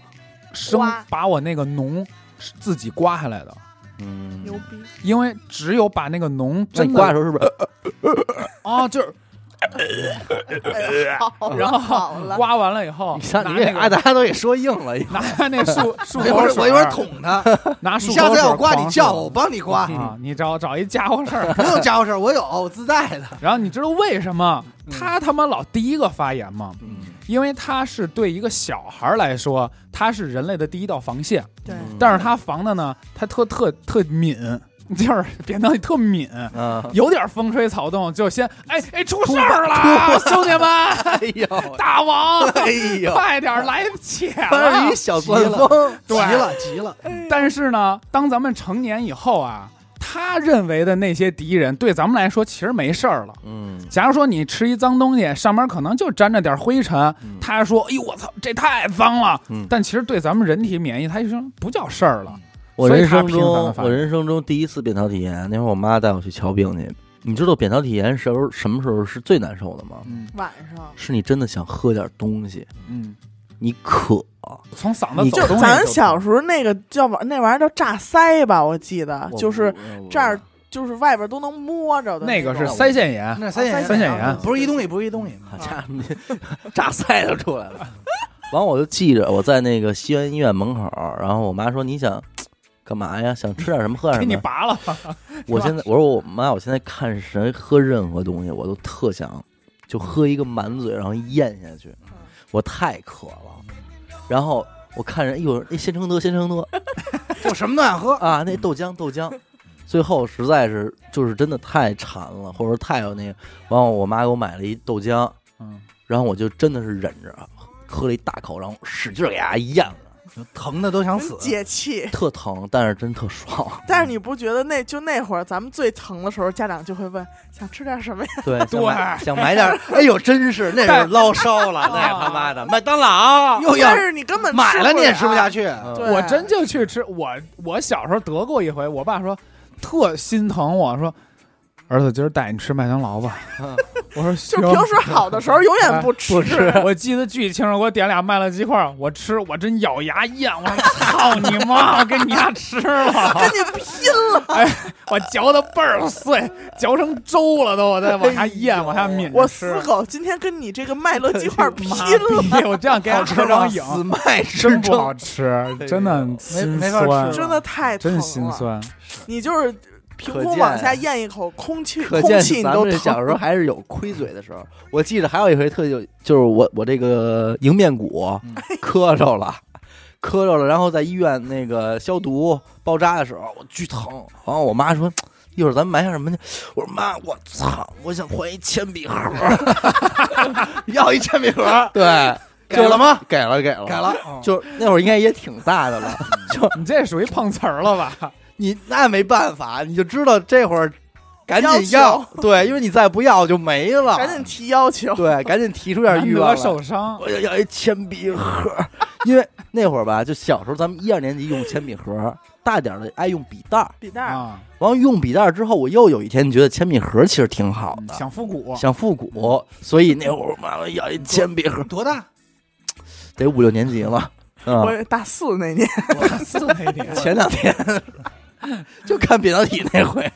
生刮把我那个脓是自己刮下来的，嗯，牛 逼！因为只有把那个脓那你真挂的呃时候的是不是啊，就是哎好了然后好了，刮完了以后你，像拿你那这啊，个大家都给说硬了， 拿那漱漱我一会口儿水，我一会啊儿捅他，拿漱你口水下次要刮，狂你叫漱我，我帮你刮，嗯啊，你找找一家伙事儿。不用家伙事儿，我有我自带的。然后你知道为什么他他妈老第一个发炎吗？嗯，因为他是对一个小孩儿来说，他是人类的第一道防线，对，嗯但是他防的呢，他特特特敏，就是扁桃体特敏。是啊， 有点风吹草动就先哎哎出事儿了，兄弟们， 哎呦，大王， 哎呦，快点儿来且翻了一！小钻风，急对了，急了，但是呢，当咱们成年以后啊，他认为的那些敌人对咱们来说其实没事儿了。嗯，假如说你吃一脏东西，上面可能就沾着点灰尘，嗯他还说：“哎呦，我操，这太脏了。嗯但其实对咱们人体免疫，他就说不叫事儿了。我所以人他生频中繁地，发我炎人生中第一次扁桃体炎，那会儿我妈带我去瞧病去。你知道扁桃体炎时候什么时候是最难受的吗？嗯晚上是你真的想喝点东西，嗯，你渴，从嗓你子就走就东西就咱小时候那个叫玩那玩意儿叫炸腮吧，我记得我就是我这儿就是外边都能摸着的那种个是腮腺炎，那三眼三眼啊炎不是一东西，不是 一东西。好家伙，炸腮都出来了。完，我就记着我在那个西安医院门口，然后我妈说你想干嘛呀？想吃点什么喝点给什你么？拔了。我现在我说我妈，我现在看谁喝任何东西，我都特想就喝一个满嘴，然后咽下去，嗯我太渴了。然后我看人，哎呦，那先成德，先成德就什么都想喝，啊，那豆浆，豆浆。最后实在是就是真的太馋了，或者说太有那个，完后我妈给我买了一豆浆，嗯，然后我就真的是忍着啊喝了一大口，然后使劲给它咽了，疼的都想死 真。嗯解气。特疼，但是真特爽。但是你不觉得那就那会儿咱们最疼的时候，家长就会问想吃点什么呀？对，想对买想买点儿， 哎呦，真是那是 但捞烧了，那他妈的麦当劳又要但是你根本买了你啊也吃不下去。去，嗯对我真就去吃。我我小时候得过一回，我爸说特心疼我说，儿子今儿带你吃麦当劳吧。我说 就行，平时好的时候永远不吃，啊 啊不吃，我记得巨清楚，给我点俩麦乐鸡块儿，我吃，我真咬牙咽，我说操你妈，我跟你家吃了，哎跟你拼了！我嚼的倍儿碎，嚼成粥了都，我再往下咽，往下抿着我吃死。狗今天跟你这个麦乐鸡块拼了，妈逼我这样给他吃成影，死啊麦真吃不好粥，吃，真的心没法酸吃，啊真的太疼真了，是心酸。你就是凭可空见往下咽一口空气，可空见气你咱都们这小时候疼。还是有亏嘴的时候。我记得还有一回特有，就是我我这个迎面骨嗯磕着了，磕着了，然后在医院那个消毒包扎的时候，我巨疼。然后我妈说：“一会儿咱们买点什么去？”我说：“妈，我操，我想换一铅笔盒， 要一铅笔盒。”对，给了吗？给了，给了，改。了，嗯就那会儿应该也挺大的了，就你这属于碰瓷儿了吧？你那没办法，你就知道这会儿赶紧要要，对，因为你再不要就没了， 赶紧提要求，对，赶紧提出点难欲望得来。受伤，我要要一铅笔盒，因为那会儿吧，就小时候咱们一二年级用铅笔盒，大点儿的爱用笔袋儿。笔袋儿啊，完了用笔袋儿之后，我又有一天觉得铅笔盒其实挺好的，嗯想复古，想复古，所以那会儿妈妈要一铅笔 盒，多大？得五六年级了。啊、我大四那年，我四那 点，前两天 就看扁导体那回，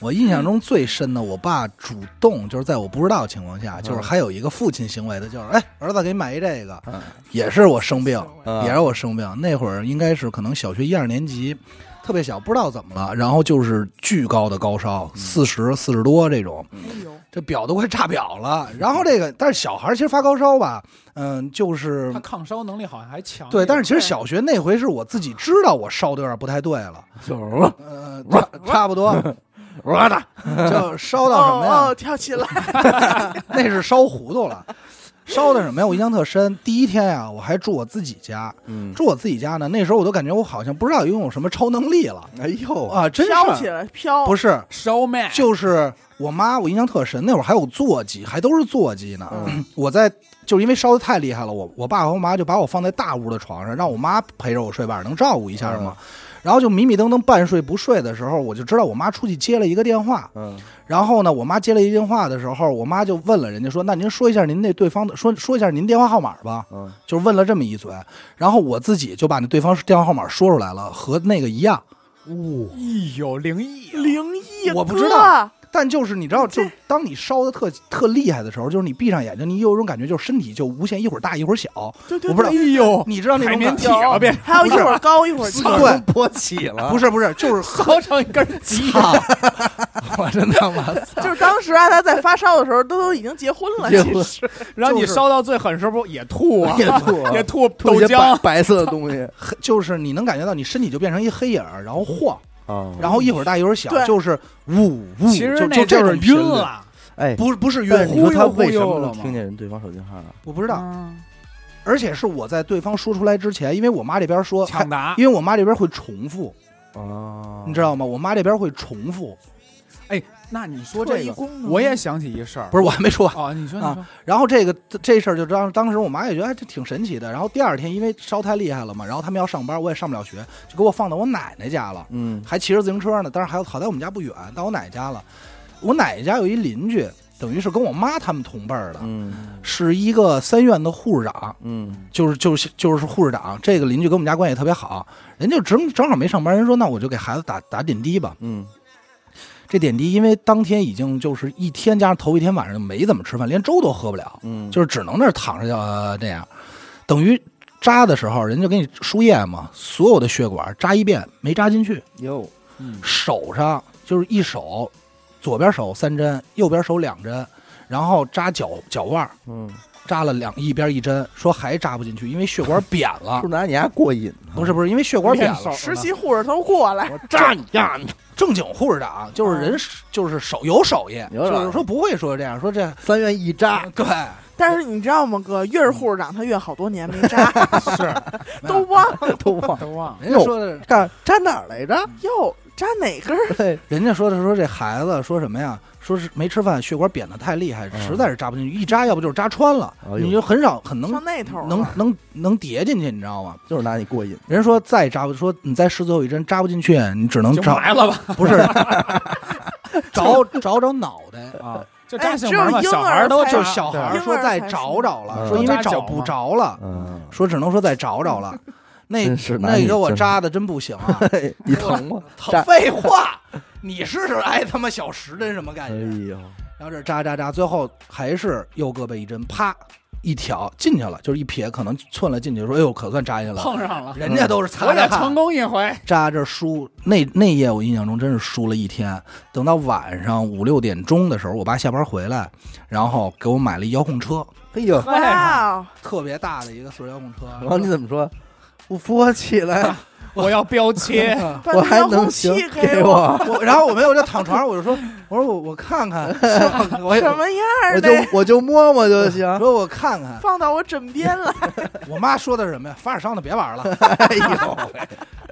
我印象中最深的，我爸主动就是在我不知道的情况下，就是还有一个父亲行为的，就是哎，儿子给你买一这个，嗯也是我生病，嗯也是我生病。那会儿应该是可能小学一二年级，特别小，不知道怎么了，然后就是巨高的高烧，四十四十多这种，哎呦，这表都快炸表了。然后这个，但是小孩儿其实发高烧吧，嗯，就是他抗烧能力好像还强。对，但是其实对小学那回是我自己知道我烧的有点不太对了，就是呃，差差不多我的，就烧到什么呀？哦哦，跳起来，那是烧糊涂了。烧的什么呀？我印象特深。第一天啊，我还住我自己家，嗯，住我自己家呢。那时候我都感觉我好像不知道拥有什么超能力了哎呦，啊，真飘起是来，飘，不是是？烧麦就是我妈，我印象特深。那会儿还有座机，还都是座机呢。嗯 我在就是因为烧的太厉害了，我我爸和我妈就把我放在大屋的床上，让我妈陪着我睡，晚上能照顾一下嘛。然后就迷迷瞪瞪半睡不睡的时候，我就知道我妈出去接了一个电话，嗯，然后呢，我妈接了一电话的时候，我妈就问了人家说：“那您说一下您那对方的说说一下您电话号码吧。嗯”就问了这么一嘴，然后我自己就把那对方电话号码说出来了，和那个一样。哎呦，灵异啊，灵异，我不知道，但就是你知道，就当你烧的特特厉害的时候，就是你闭上眼睛，你有一种感觉，就是身体就无限一会儿大一会儿小，对对我不知道哎呦，你知道那海种绵感体啊了 变还有一会儿高一会儿低，对勃起了 不是不是，就是很烧成一 根鸡。我真他妈就是当时啊，他在发烧的时候都都已经结婚了，结其婚实然后你就是烧到最狠时候不 也吐啊？也吐 也吐吐豆一些白浆，白色的东西 就是你能感觉到你身体就变成一黑影儿，然后晃，啊然后一会儿大一会儿小，对就是呜呜，嗯其实就那就嗯这就是种频晕啊率，了，哎，不是不是晕但是，你说他忽悠忽悠为什么了能吗听见人对方手机号啊？我不知知道。而且是我在对方说出来之前，因为我妈这边说，抢答。因为我妈这边会重复，哦你知道吗？我妈这边会重复，哎，那你说做这义个，工呢我也想起一事儿，不是我还没说完。哦，你说你说啊，然后这个这这事儿就当当时我妈也觉得哎这挺神奇的。然后第二天因为烧太厉害了嘛，然后他们要上班，我也上不了学，就给我放到我奶奶家了，嗯还骑着自行车呢。但是还好在我们家不远，到我奶奶家了。我奶奶家有一邻居，等于是跟我妈他们同辈儿的，嗯是一个三院的护士长。嗯就是就是就是护士长，这个邻居跟我们家关系特别好，人家正正好没上班，人说那我就给孩子打打点滴吧。嗯这点滴因为当天已经就是一天加上头一天晚上就没怎么吃饭，连粥都喝不了，嗯，就是只能那儿躺着就、呃、这样，等于扎的时候人就给你输液嘛，所有的血管扎一遍没扎进去，哟，嗯，手上就是一手，左边手三针，右边手两针，然后扎脚脚腕儿嗯，扎了两一边一针，说还扎不进去，因为血管扁了是不。是拿你家过瘾呢？不是不是，因为血管扁练手了。实习护士都过来，我炸你呀！正经护士长就是人是，就是手有手艺，哦有手艺就是说不会说这样，说这三元一 扎，对但是你知道吗，哥，越是护士长，他越好多年没扎，是都忘了都忘哎都忘了。人家说的，干扎哪儿来着？哟，扎哪根儿？对，人家说的说这孩子说什么呀？说是没吃饭，血管扁的太厉害，嗯实在是扎不进去，一扎要不就是扎穿了哎呦，你就很少很能上那头啊啊了能能能叠进去，你知道吗？就是拿你过瘾。人家说 再扎不说你再试最后一针扎不进去，你只能就扎埋了吧，不是找找找脑袋，啊，就哎扎性只门有嘛，婴小孩儿儿都才扎就是小孩儿对说再找找婴儿才了，是说因为找不着了，嗯，说只能说再找 找了。那真是那男你女给我真是扎的真不 行啊！你疼吗？疼扎废话，你试试挨他妈小时针什么感哎觉？呦，然后这扎扎扎，最后还是右胳膊一针，啪一挑进去了，就是一撇，可能寸了进去，说哎呦可算扎进去了。碰上了，人家都是嗯我擦也着成看，功一 回。扎着输那那夜我印象中真是输了一天。等到晚上五六点钟的时候，我爸下班回来，然后给我买了一遥控车，哎呦，哇哦，特别大的一个塑料遥控车。然后你怎么说？我扶我起来，我要标切，把我还遥控能器行？给我，我，我然后我没有，我就躺床上，我就说，我说我我看看，我也什么样我儿就的？我就摸摸就行。说我看看。放到我枕边来，我妈说的是什么呀？凡尔商的别玩了。哎呦，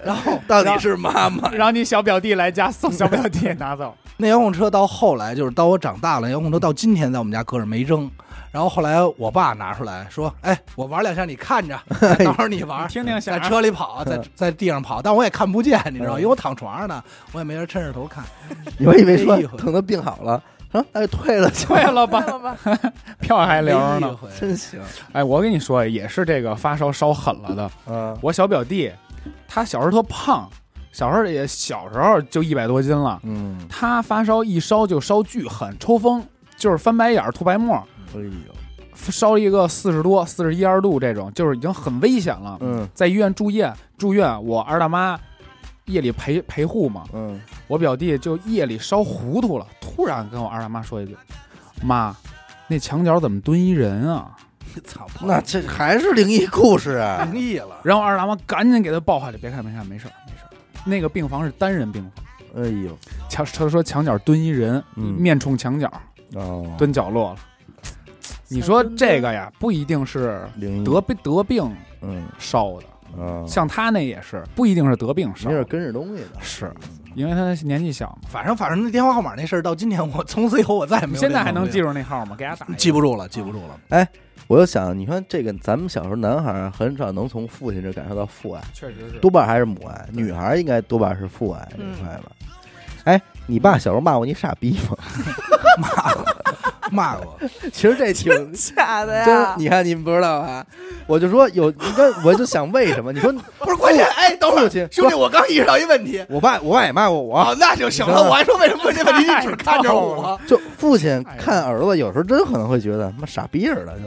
然后到底是妈妈让你小表弟来家送小表弟拿走。那遥控车到后来就是到我长大了，遥控车到今天在我们家搁着没扔。然后后来我爸拿出来说：“哎，我玩两下，你 看着，到时候你玩。”听听嗯在响， 车里跑，在在地上跑，但我也看不见，你知道，嗯因为我躺床上呢，我也没人抻着头看。你们以为说没一回等他病好了，啊，那就退了去，退了知吧，道吧？票还留着没一呢。回真行。哎，我跟你说，也是这个发烧烧狠了的。嗯，我小表弟，他小时候特胖，小时候也小时候就一百多斤了。嗯，他发烧一烧就烧巨狠，抽风就是翻白眼儿、吐白沫，哎呦，烧一个四十多、四十一二度这种，就是已经很危险了。嗯在医院住院，住院我二大妈夜里陪陪护嘛，嗯，我表弟就夜里烧糊涂了，突然跟我二大妈说一句：“妈，那墙角怎么蹲一人啊操，那这还是灵异故事啊。灵异了？”。然后二大妈赶紧给他抱怀里，别看没看，没事儿没事儿。那个病房是单人病房，哎呦，墙他说墙角蹲一人，嗯面冲墙角哦，蹲角落了。你说这个呀，不一定是灵异得病得病嗯烧的，啊，像他那也是不一定是得病烧没的，准跟着东西的，嗯是因为他年纪小嘛。反正反正那电话号码那事儿到今天我从此以后我再也没你有。现在还能记？住那号吗？给他打一个记不住了，记不住了。我就想，你看这个，咱们小时候男孩儿很少能从父亲这感受到父爱，确实是多半还是母爱，女孩儿应该多半是父爱这嗯一块吧。哎，你爸小时候骂过你傻逼吗？啊骂 过， 其实这挺假的呀真，！你看你们不知道啊，我就说有，你看我就想为什么？你说不是关键。哎，等会父儿，亲，兄弟，我刚意识到一问题。我爸 我爸也骂过我，啊哦，那就行了。我还说为什么问这问题，你只看着我。就父亲看儿子有时候真可能会觉得他妈傻逼似的，就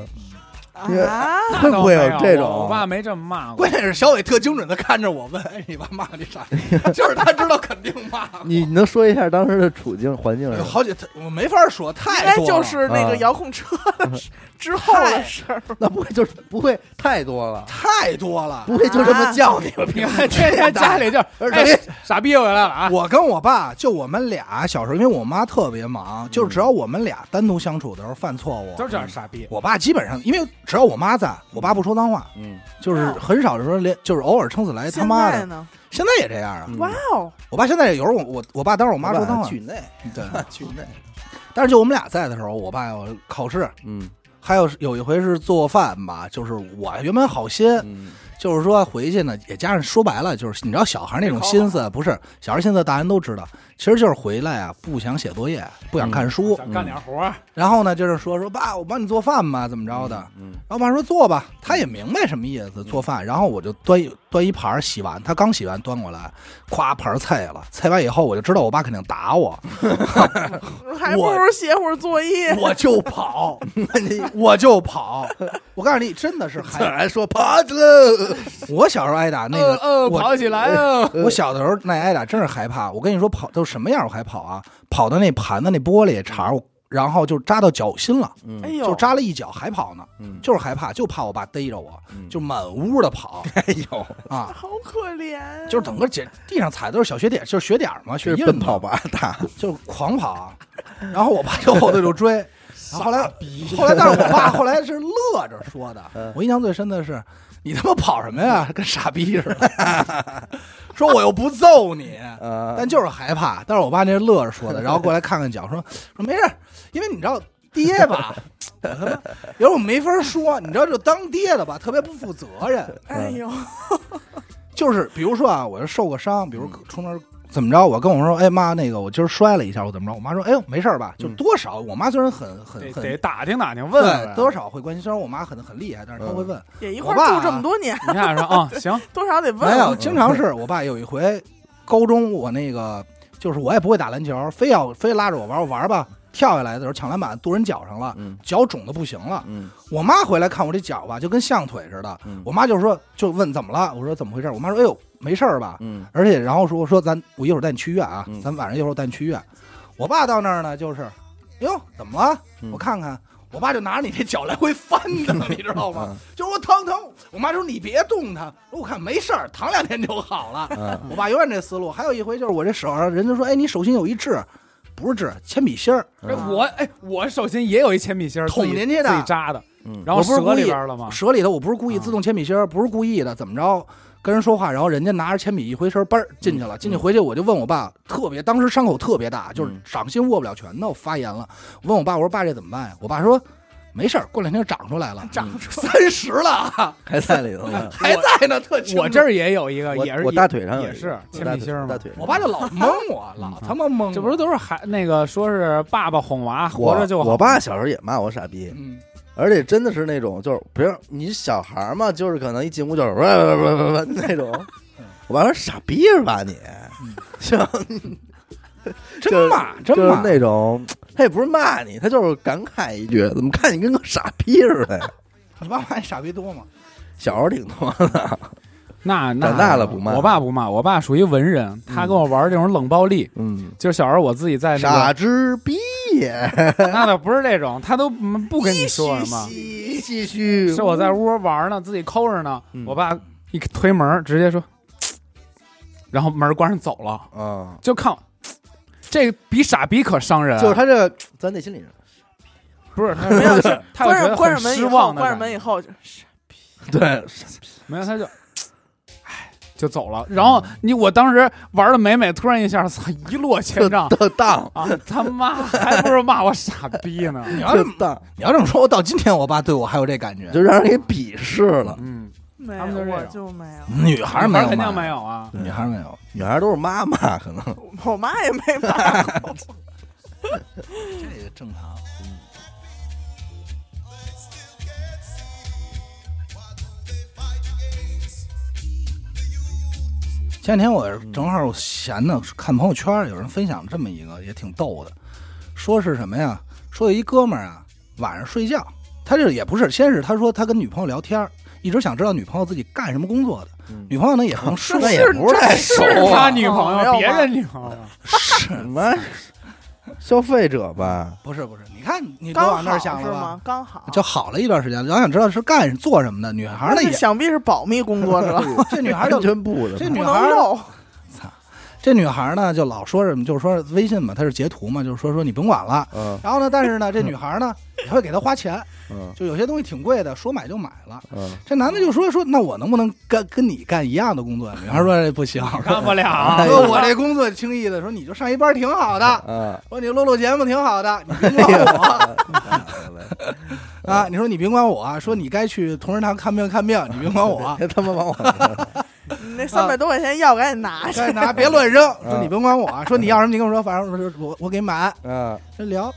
啊，会不会有有这种我爸没这么骂过 关。键是小伟特精准的看着我问：“哎，你爸骂你啥？” 就是他知道肯定骂我。你你能说一下当时的处境环境是有吧？好几，我没法说，应太该多了就是那啊个遥控车的事之后的事儿。那不会就是不会太多 了，太多了。不会就这么叫你们？ 你看天天家里就而哎且，傻逼又回来了啊！我跟我爸就我们俩小时候，因为我妈特别忙，就是只要我们俩单独相处的时候犯错误，都这样傻逼。我爸基本上因为只要我妈在，我爸不说脏话，嗯，就是很少说连就是偶尔撑死来哎哦他现妈在的。呢？现在也这样啊，嗯哇哦，我爸现在有时候我我我爸当时我妈说脏话，去内对，去内，但是就我们俩在的时候，我爸要考试，嗯还有有一回是做饭吧，就是我原本好心，嗯就是说回去呢，也加上说白了，就是你知道小孩那种心思，不是小孩心思，大人都知道，其实就是回来啊，不想写作业，不想嗯看书，想干点活儿，然后呢就是说说爸，我帮你做饭吧，怎么着的。嗯然后我爸说做吧，他也明白什么意思，做饭。然后我就端一端一盘儿洗完，他刚洗完端过来，咵盘儿菜了。菜完以后，我就知道我爸肯定打我，还不如写会儿作业。我就跑， 我就跑。我告诉你，真的是自还然说爬着了，我小时候挨打那个呃呃，我跑起来啊！呃我小的时候那挨打真是害怕，我跟你说跑都什么样我还跑啊，跑到那盘子那玻璃茬儿，然后就扎到脚心了，哎嗯呦，就扎了一脚还跑呢，嗯就是害怕，就怕我爸逮着我，嗯就满屋的跑哎呦，啊，好可怜。就是整个姐地上踩的都是小雪点，就是雪点儿嘛，雪是印奔嘛跑，吧大， 就是狂跑，啊然后我爸就后头就追，然后后来逼后来但是我爸后来是乐着说的嗯，我印象最深的是你他妈跑什么呀，跟傻逼似的， 说我又不揍你。呃，但就是害怕。但是我爸那是乐着说的，然后过来看看脚，说说没事儿，因为你知道爹吧， 有时候我没法说，你知道就当爹的吧，特别不负责任。嗯哎呦，就是比如说啊，我就受过伤，比如嗯出门怎么着？我跟我说，哎妈，那个我今儿摔了一下，我怎么着？我妈说，哎呦，没事儿吧？就嗯多少？我妈虽然很很得很啊得打听打听，问对问。多少会关心，虽然我妈很很厉害，但是她会问。也一块我儿爸住这么多年，你看是吧啊，行，多少得问没问。有，经常是我爸有一回，高中我那个就是我也不会打篮球，非要非拉着我玩，我玩吧，跳下来的时候抢篮板跺人脚上了， 嗯脚肿的不行了。嗯我妈回来看我这脚吧，就跟象腿似的。嗯我妈就说就问怎么了，我说怎么回事？我妈说哎呦没事儿吧，嗯而且然后说说咱我一会儿带你去医院啊，嗯咱晚上一会儿我带你去医院。我爸到那儿呢，就是，哟怎么了？嗯我看看，我爸就拿着你这脚来回翻 腾，你知道嗯吗？就是我疼疼，我妈说你别动它，我看没事儿，躺两天就好了。嗯我爸永远这思路。还有一回就是我这手上，人家说哎你手心有一痣，不是痣，铅笔芯儿，哎我哎，我手心也有一铅笔芯儿，捅自己进去的自己扎的，嗯，然后我不是折故里意边了吗？舌里头我不是故意啊自动铅笔芯儿，不是故意的，怎么着？跟人说话，然后人家拿着铅笔一挥身，嘣儿进去了。进去回去我就问我爸，特别当时伤口特别大，就是嗯掌心握不了拳头，发炎了。我问我爸，我说爸这怎么办呀？我爸说没事儿，过两天长出来了，长出来三十了还在里头呢。还在呢，特清楚我这儿也有一个，我呃也是我一大腿上有也一个是我铅大笔腿芯儿大嘛腿上我爸就老蒙我，老他妈蒙我，这不是都是孩那个说是爸爸哄娃我活着就好。我爸小时候也骂我傻逼，嗯而且真的是那种，就是比如你小孩儿嘛，就是可能一进屋就是喂喂喂喂喂那种。嗯我爸说傻逼是吧你？ 像真骂真就是骂，那种，他也不是骂你，他就是感慨一句，怎么看你跟个傻逼似的呀？你爸骂你傻逼多吗？小时候挺多的，那那长大了不骂我爸不骂，我爸属于文人，他跟我玩这种冷暴力。嗯，就是小时候我自己在傻哎那之逼也，个，那倒不是这种，他都不 不跟你说什么，继续是我在屋玩呢，自己抠着呢嗯，我爸一推门直接说，然后门关上走了，啊，就看我这个比傻逼可伤人，啊就是他这咱内心里人，不是他没有是他有关觉得很上关上门以失后，望的关上感门觉以后就是对，没有，他就，唉，就走了。然后你我当时玩的美美，突然一下，操，一落千 丈特当，啊！他妈还不如骂我傻逼呢。你要这特么当，你要这么说，我到今天我爸对我还有这感觉，就让人给鄙视了。 嗯，没他有，们就是这我种就没有，女孩儿没女有肯骂定没有啊。女孩儿没有，女孩都是妈妈， 可能我妈也没骂过。这个正常。嗯前两天我正好闲的看朋友圈，有人分享这么一个也挺逗的，说是什么呀？说有一哥们儿啊，晚上睡觉，他这也不是，先是他说他跟女朋友聊天儿，一直想知道女朋友自己干什么工作的，嗯女朋友呢也能说那也不是太熟是啊他，女朋哦没友，有吗别人女朋友，什么消费者吧？ 不是不是，你看 你都刚往那好儿是想了吧？吗？刚好就好了一段时间，老想知道是干做什么的。女孩儿那呢也是，想必是保密工作者，这女孩儿完就全不的，这不 女孩能儿，漏。这女孩儿呢就老说什么，就是说微信嘛，她是截图嘛，就是说说你甭管了。嗯然后呢，但是呢，这女孩儿呢也会给他花钱，嗯就有些东西挺贵的，说买就买了。嗯，这男的就说说，那我能不能干跟你干一样的工作？女孩儿说这不行，干不哎了。呦说我这工作轻易的，说你就上一班挺好 的，啊，说你录录节目挺好的，你别管我。哎 啊，你说你别管我啊，说你该去同仁堂看病看病，你别管我啊，别他妈 往我这儿你那三百多块钱药赶紧 拿去。嗯该拿别乱扔，说你别管我啊，说你要什么你跟我说，反正我我我给你买。啊，这聊，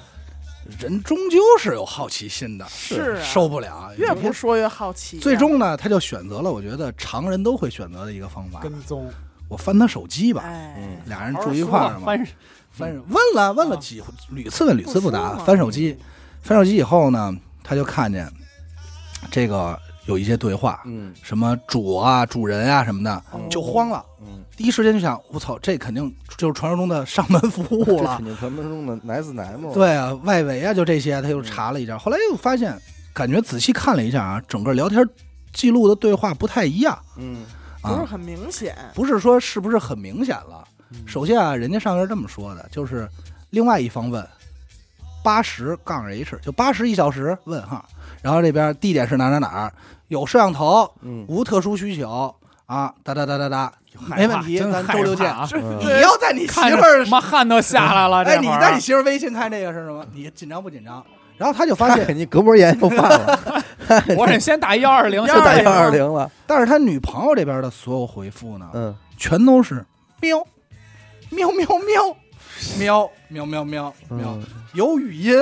人终究是有好奇心的，是啊受不了。越不说越好奇。最终呢，他就选择了我觉得常人都会选择的一个方法，跟踪，我翻他手机吧，嗯哎，俩人住一块儿嘛，翻身翻问了问了啊几屡次问屡次不不答说，嘛嗯翻手机，翻手机以后呢，他就看见这个有一些对话，嗯什么主啊、主人啊什么哦的，嗯就慌了。嗯，第一时间就想，我操，这肯定就是传说中的上门服务这了肯。定传闻中的奶子奶母，，对啊，外围啊，就这些，他又查了一下，后来又发现，感觉仔细看了一下啊，整个聊天记录的对话不太一样嗯不是啊，很明显。不是说是不是很明显了。首先啊，人家上面这么说的，就是另外一方问，八十杠 H 就八十一小时问号，然后这边地点是哪儿哪儿哪儿，有摄像头，嗯，无特殊需求啊，哒哒哒哒哒，害没怕问题，真咱害周六怕见。啊嗯你要在你媳看妇着儿妈汗都下来啊了。哎，这你会儿在你媳妇儿微信看这个是什么？你紧张不紧张？然后他就发 现，你隔膜炎又犯 了，我得先打幺二零，哎就打啊幺二120零了，啊但是他女朋友这边的所有回复呢，嗯，全都是喵喵喵 喵喵喵喵喵喵嗯，有语音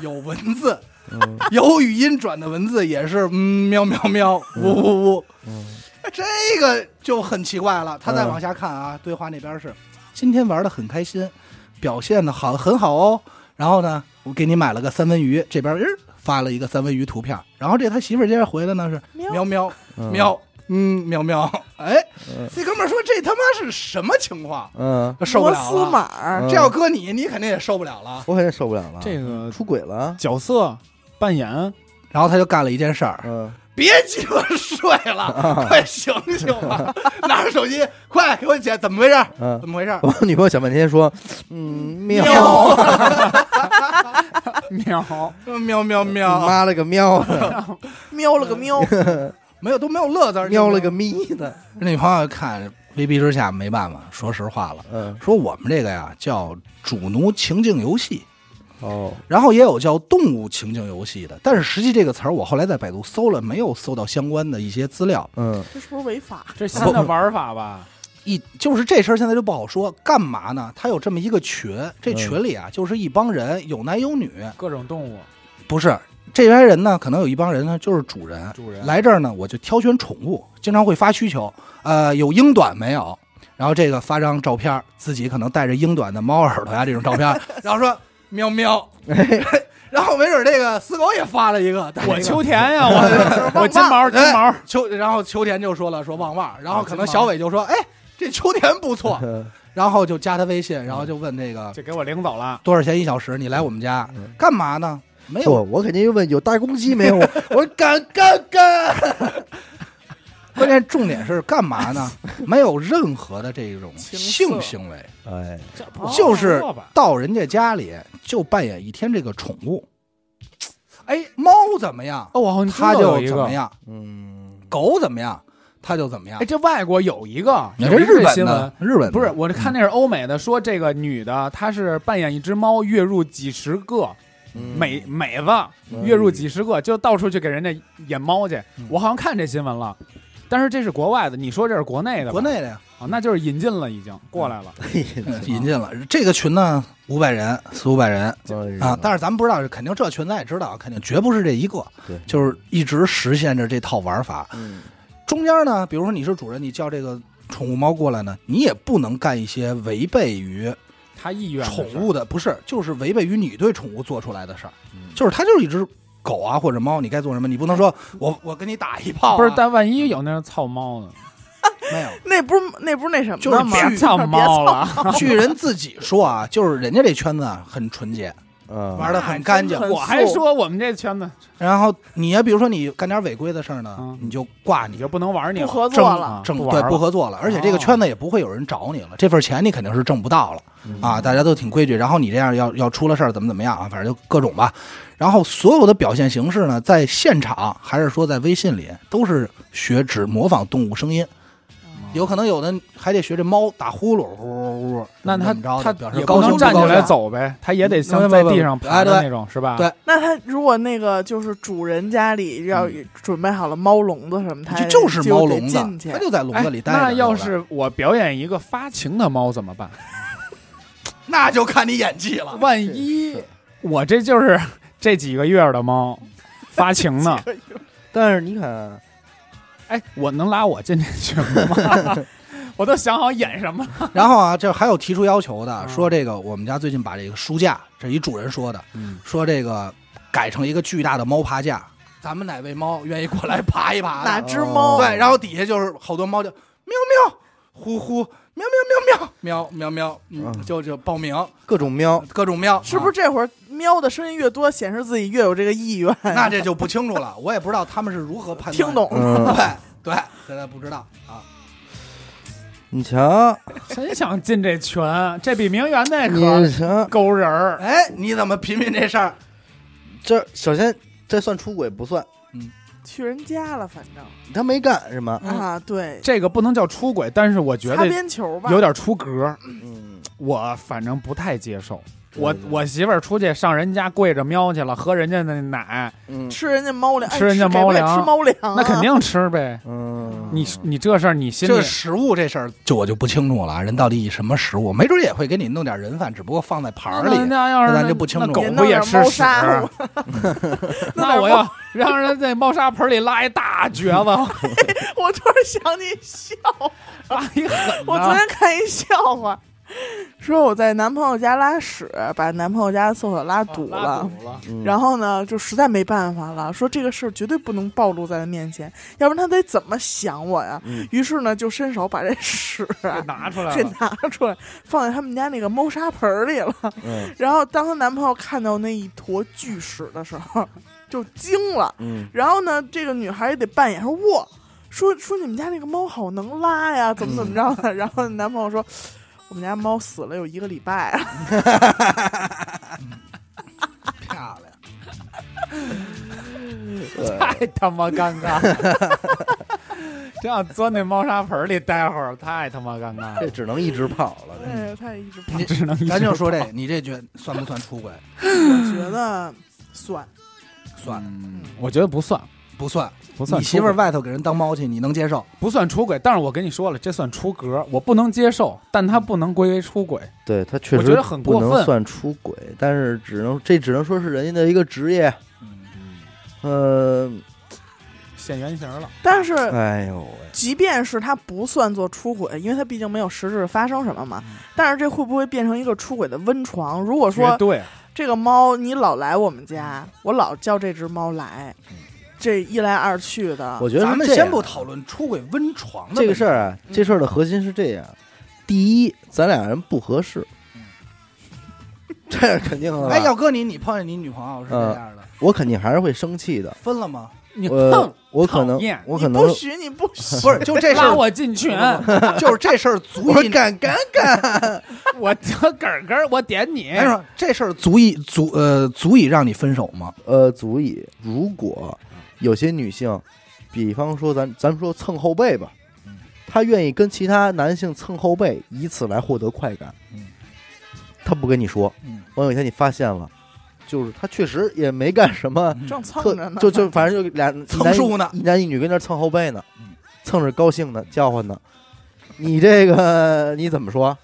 有文字，嗯有语音转的文字也是嗯喵喵喵呜呜呜，嗯哎这个就很奇怪了。他再嗯往下看啊，对话那边是今天玩的很开心，表现的好很好哦。然后呢，我给你买了个三文鱼，这边儿、呃发了一个三文鱼图片。然后这他媳妇儿接着回的呢是喵喵嗯，喵，嗯喵喵。哎嗯，这哥们儿说这他妈是什么情况？嗯，受不摩了斯了。码儿嗯这要搁你，你肯定也受不了了。我肯定受不了了，这个出轨 了，角色扮演然后他就干了一件事儿，嗯，别鸡巴睡 了，快醒醒吧！拿着手机，快给我姐，怎么回事儿？嗯 怎么回事儿？我女朋友想半天说，嗯，喵，喵，嗯喵喵喵，妈了个喵的， 喵嗯了个喵，没有都没有乐字儿，喵了个咪的，那女朋友看威逼之下没办法，说实话了，嗯，说我们这个呀叫主奴情境游戏，哦，然后也有叫动物情境游戏的，但是实际这个词儿我后来在百度搜了，没有搜到相关的一些资料。嗯，这是不是违法？这新的玩法吧？一就是这事儿现在就不好说，干嘛呢？它有这么一个群，这嗯群里啊就是一帮人，有男有女，各种动物不是这帮人呢，可能有一帮人呢就是主人，主人来这儿呢，我就挑选宠物，经常会发需求，呃，有英短没有？然后这个发张照片儿，自己可能带着英短的猫耳朵呀这种照片儿，然后说喵喵， 然后没准儿这个死狗也发了一个，哎带着我一个秋田呀， 我我金毛金毛，秋，然后秋田就说了说旺旺，然后啊可金毛能小伟就说哎这秋田 不错，嗯然后就加他微信，然后就问这个就给我领走了。多少钱一小时？你来我们家嗯干嘛呢？没有我我肯定就问有大公鸡 没有，我敢敢敢，关键重点是干嘛呢？没有任何的这种情性色行为，哎，这不哦就是好吧到人家家里就扮演一天这个宠物。哎，猫怎么样，哦，我好像知道它就有一怎么个。样；嗯，狗怎么样，它就怎么样哎，。这外国有一个，你有这一日个本新闻的，日本的不是，我看那是欧美的，说这个女的她是扮演一只猫，月入几十个嗯美 美子，月入几十个，就到处去给人家演猫去嗯。我好像看这新闻了，但是这是国外的，你说这是国内的吧？国内嗯的呀，啊，那就是引进了，已经过来了。引进了这个群呢，五百人，四五百人啊。但是是咱们不知道，肯定这群咱也知道，肯定绝不是这一个对，就是一直实现着这套玩法。嗯中间呢，比如说你是主人，你叫这个宠物猫过来呢，你也不能干一些违背于她意愿的宠事儿物的，不是，就是违背于你对宠物做出来的事儿。嗯就是它就是一只狗啊或者猫，你该做什么，你不能说我我跟你打一炮啊、不是，但万一有那种操猫呢？没 有。那不是那不是那什就是么吗？别操猫别操了，据人自己说啊，就是人家这圈子啊很纯洁，嗯哎玩的 很干净真。很我还说我们这圈子然后你要比如说你干点违规的事儿呢嗯，你就挂你你，就不能玩你不了，合作了，啊挣不对玩不了。合作了，而且这个哦圈子也不会有人找你了，这份钱你肯定是挣不到了嗯啊，大家都挺规矩。然后你这样要要出了事儿怎么怎么样啊，反正就各种吧。然后所有的表现形式呢，在现场还是说在微信里，都是学只模仿动物声音。有可能有的还得学这猫打呼噜，呼呼呼。那他怎么他着的表也示不高兴能站起高来兴，啊走呗，他也得嗯像在地上不不不爬哎的对那种，是吧？对那他如果那个就是主人家里要准备好了猫笼子什么，他就就是猫笼就子得进，去它。就在笼哎子里待着。那要有的是我表演一个发情的猫怎么办？ 那就看你演技了。 万一我这就是 这几个月的猫发情呢？但是你看，哎，我能拉我进这群吗？我都想好演什么了。然后啊，这还有提出要求的，嗯说这个我们家最近把这个书架，这一主人说的，嗯，说这个改成一个巨大的猫爬架，咱们哪位猫愿意过来爬一爬的？哪只哦猫？对，然后底下就是好多猫就喵喵呼呼喵喵喵喵喵喵喵，嗯，嗯就就报名各种喵，各种喵，是不是这会儿喵的声音越多，显示自己越有这个意愿？ 啊？那这就不清楚了，我也不知道他们是如何判断。听懂？嗯，对对，现在不知道啊。 你瞧，真想进这群，这比名媛那可你瞧，勾人儿。哎，你怎么评评这事儿？这首先这算出轨不算，去人家了，反正他没干是吗？嗯啊，对，这个不能叫出轨，但是我觉擦得边球吧，有点出格，嗯，我反正不太接受。对我对我媳妇儿出去上人家跪着喵去了，喝人家那奶，嗯吃人家猫粮，哎吃人家猫粮给不给吃猫粮啊，那肯定吃呗。嗯，你你这事儿你心这里食物这事儿，就我就不清楚了啊，人到底以什么食物？没准也会给你弄点人饭，只不过放在盘儿那里。嗯那要是那咱那就不清那楚了狗也不弄也点吃猫屎？啊砂，那我要让人在猫砂盆里拉一大橛子，啊 我突然想起笑话，拉一狠 我昨的。天看一笑话，说我在男朋友家拉屎，把男朋友家的厕所拉堵了。哦拉堵了，嗯然后呢，就实在没办法了，说这个事儿绝对不能暴露在他面前，要不然他得怎么想我呀？嗯于是呢，就伸手把这屎给啊拿出来给了。拿出来，放在他们家那个猫砂盆儿里了。 嗯然后当她男朋友看到那一坨巨屎的时候， 就惊了。 嗯然后呢，这个女孩也得扮演说哇，说说你们家那个猫好能拉呀，怎么怎么着 的。然后男朋友说，我们家猫死了有一个礼拜啊了。漂亮，太他妈尴尬！ 这样钻那猫砂盆里待会儿，太他妈尴尬这了。只能一直跑了。这哎，他也一直不你只能一咱直就说这，你这觉算不算出轨？我觉得算。算，嗯我觉得不算，不算？不算出轨。你媳妇儿外头给人当猫去，你能接受？不算出轨，但是我跟你说了，这算出格，我不能接受，但它不能归为出轨。对他确我实觉得很不过分能算出轨，但是只能这只能说是人家的一个职业。嗯呃，现原形了，但是，哎呦喂，即便是他不算作出轨，因为他毕竟没有实质发生什么嘛。嗯但是这会不会变成一个出轨的温床？如果绝说对这个猫你老来我们嗯家，我老叫这只猫来，这一来二去啊的，我觉得是咱们这先样不讨论出轨温床的这个事儿，儿嗯啊，这事儿的核心是这样：第一，咱俩人不合适嗯， 这肯定的吧。哎，要搁你，你碰见你女朋友是呃这样的，我肯定还是会生气的。分了 吗？你呃碰，我可能讨厌，我可能不，许你不许，不是，就这事拉儿，我进群，就是这事儿 足我以。敢敢我我梗梗，我点你。哎，说这事儿足以足呃足以让你分手吗？呃，足以。如果有些女性，比方说咱咱们说蹭后背吧嗯，她愿意跟其他男性蹭后背，以此来获得快感嗯。她不跟你说，嗯，完有一天你发现了，就是她确实也没干什么嗯正嗯蹭特着呢，就就反正就俩蹭树呢一男一女跟那儿蹭后背呢嗯，蹭着高兴呢，叫唤呢。你这个你怎么说？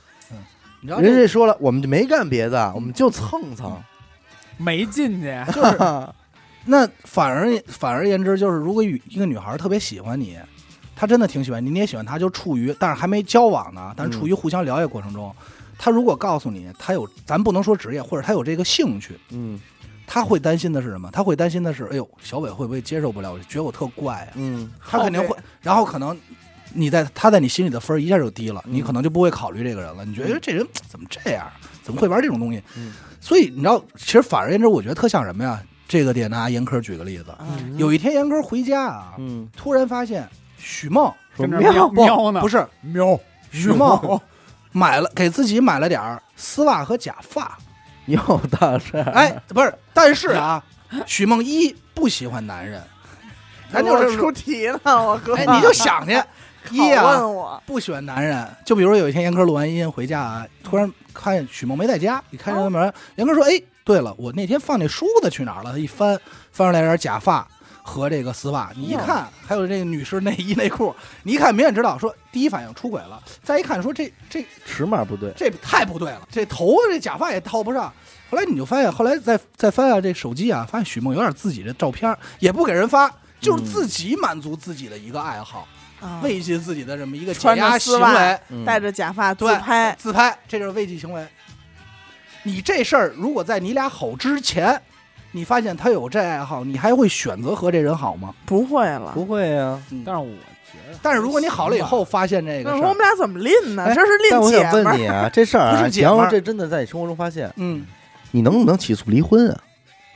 你知道人家这说了，我们就没干别的，我们就蹭蹭。没进去，那反而反而言之，就是如果与一个女孩特别喜欢你，她真的挺喜欢你，你也喜欢她，就处于但是还没交往呢，但嗯是处于互相了解过程中，她如果告诉你她有，咱不能说职业，或者她有这个兴趣，嗯她会担心的是什么？她会担心的是，哎呦，小伟会不会接受不了？我觉得我特怪啊，嗯，她肯定会，然后可能。你在她在你心里的分儿一下就低了，嗯你可能就不会考虑这个人了。你觉得哎这人怎么这样？啊怎么会玩这种东西？嗯所以你知道，其实反而言之，我觉得特像什么呀？这个点拿严科举个例子，嗯有一天严哥回家啊，嗯，突然发现许梦说跟这喵喵不哦喵呢？不是喵，许梦买了给自己买了点儿丝袜和假发， 又大事 儿，哎，不是，但是啊，许梦一不喜欢男 人，哎咱就哎我是出说，题呢，我哥，哎，你就想去一 拷啊，问我，不喜欢男人，就比如说有一天严哥录完音回家啊，突然看见许梦没在家，一开门，严哥说，哎，对了，我那天放那梳子去哪儿了？他一翻，翻出来点假发。和这个丝袜，你一看，还有这个女士内衣内裤，你一看明显知道，说第一反应出轨了，再一看说这这尺码不对，这太不对了，这头这假发也套不上。后来你就发现，后来再再翻下这手机啊，发现许梦有点自己的照片儿，也不给人发，就是自己满足自己的一个爱好，哎啊慰藉自己的这么一个解穿着压丝行袜为，嗯戴着假发自对拍，自拍，这就是慰藉行为。你这事儿如果在你俩好之前，你发现他有这爱好，你还会选择和这人好吗？不会了。不会啊呀。但是我觉得，但是如果你好了以后，发现这个那事说我儿们，俩怎么练呢？哎这是但练我姐想们问儿，你啊，这事儿不啊，是你姐们要儿说这真的在你生活中发现，嗯，你能不能起诉离婚啊？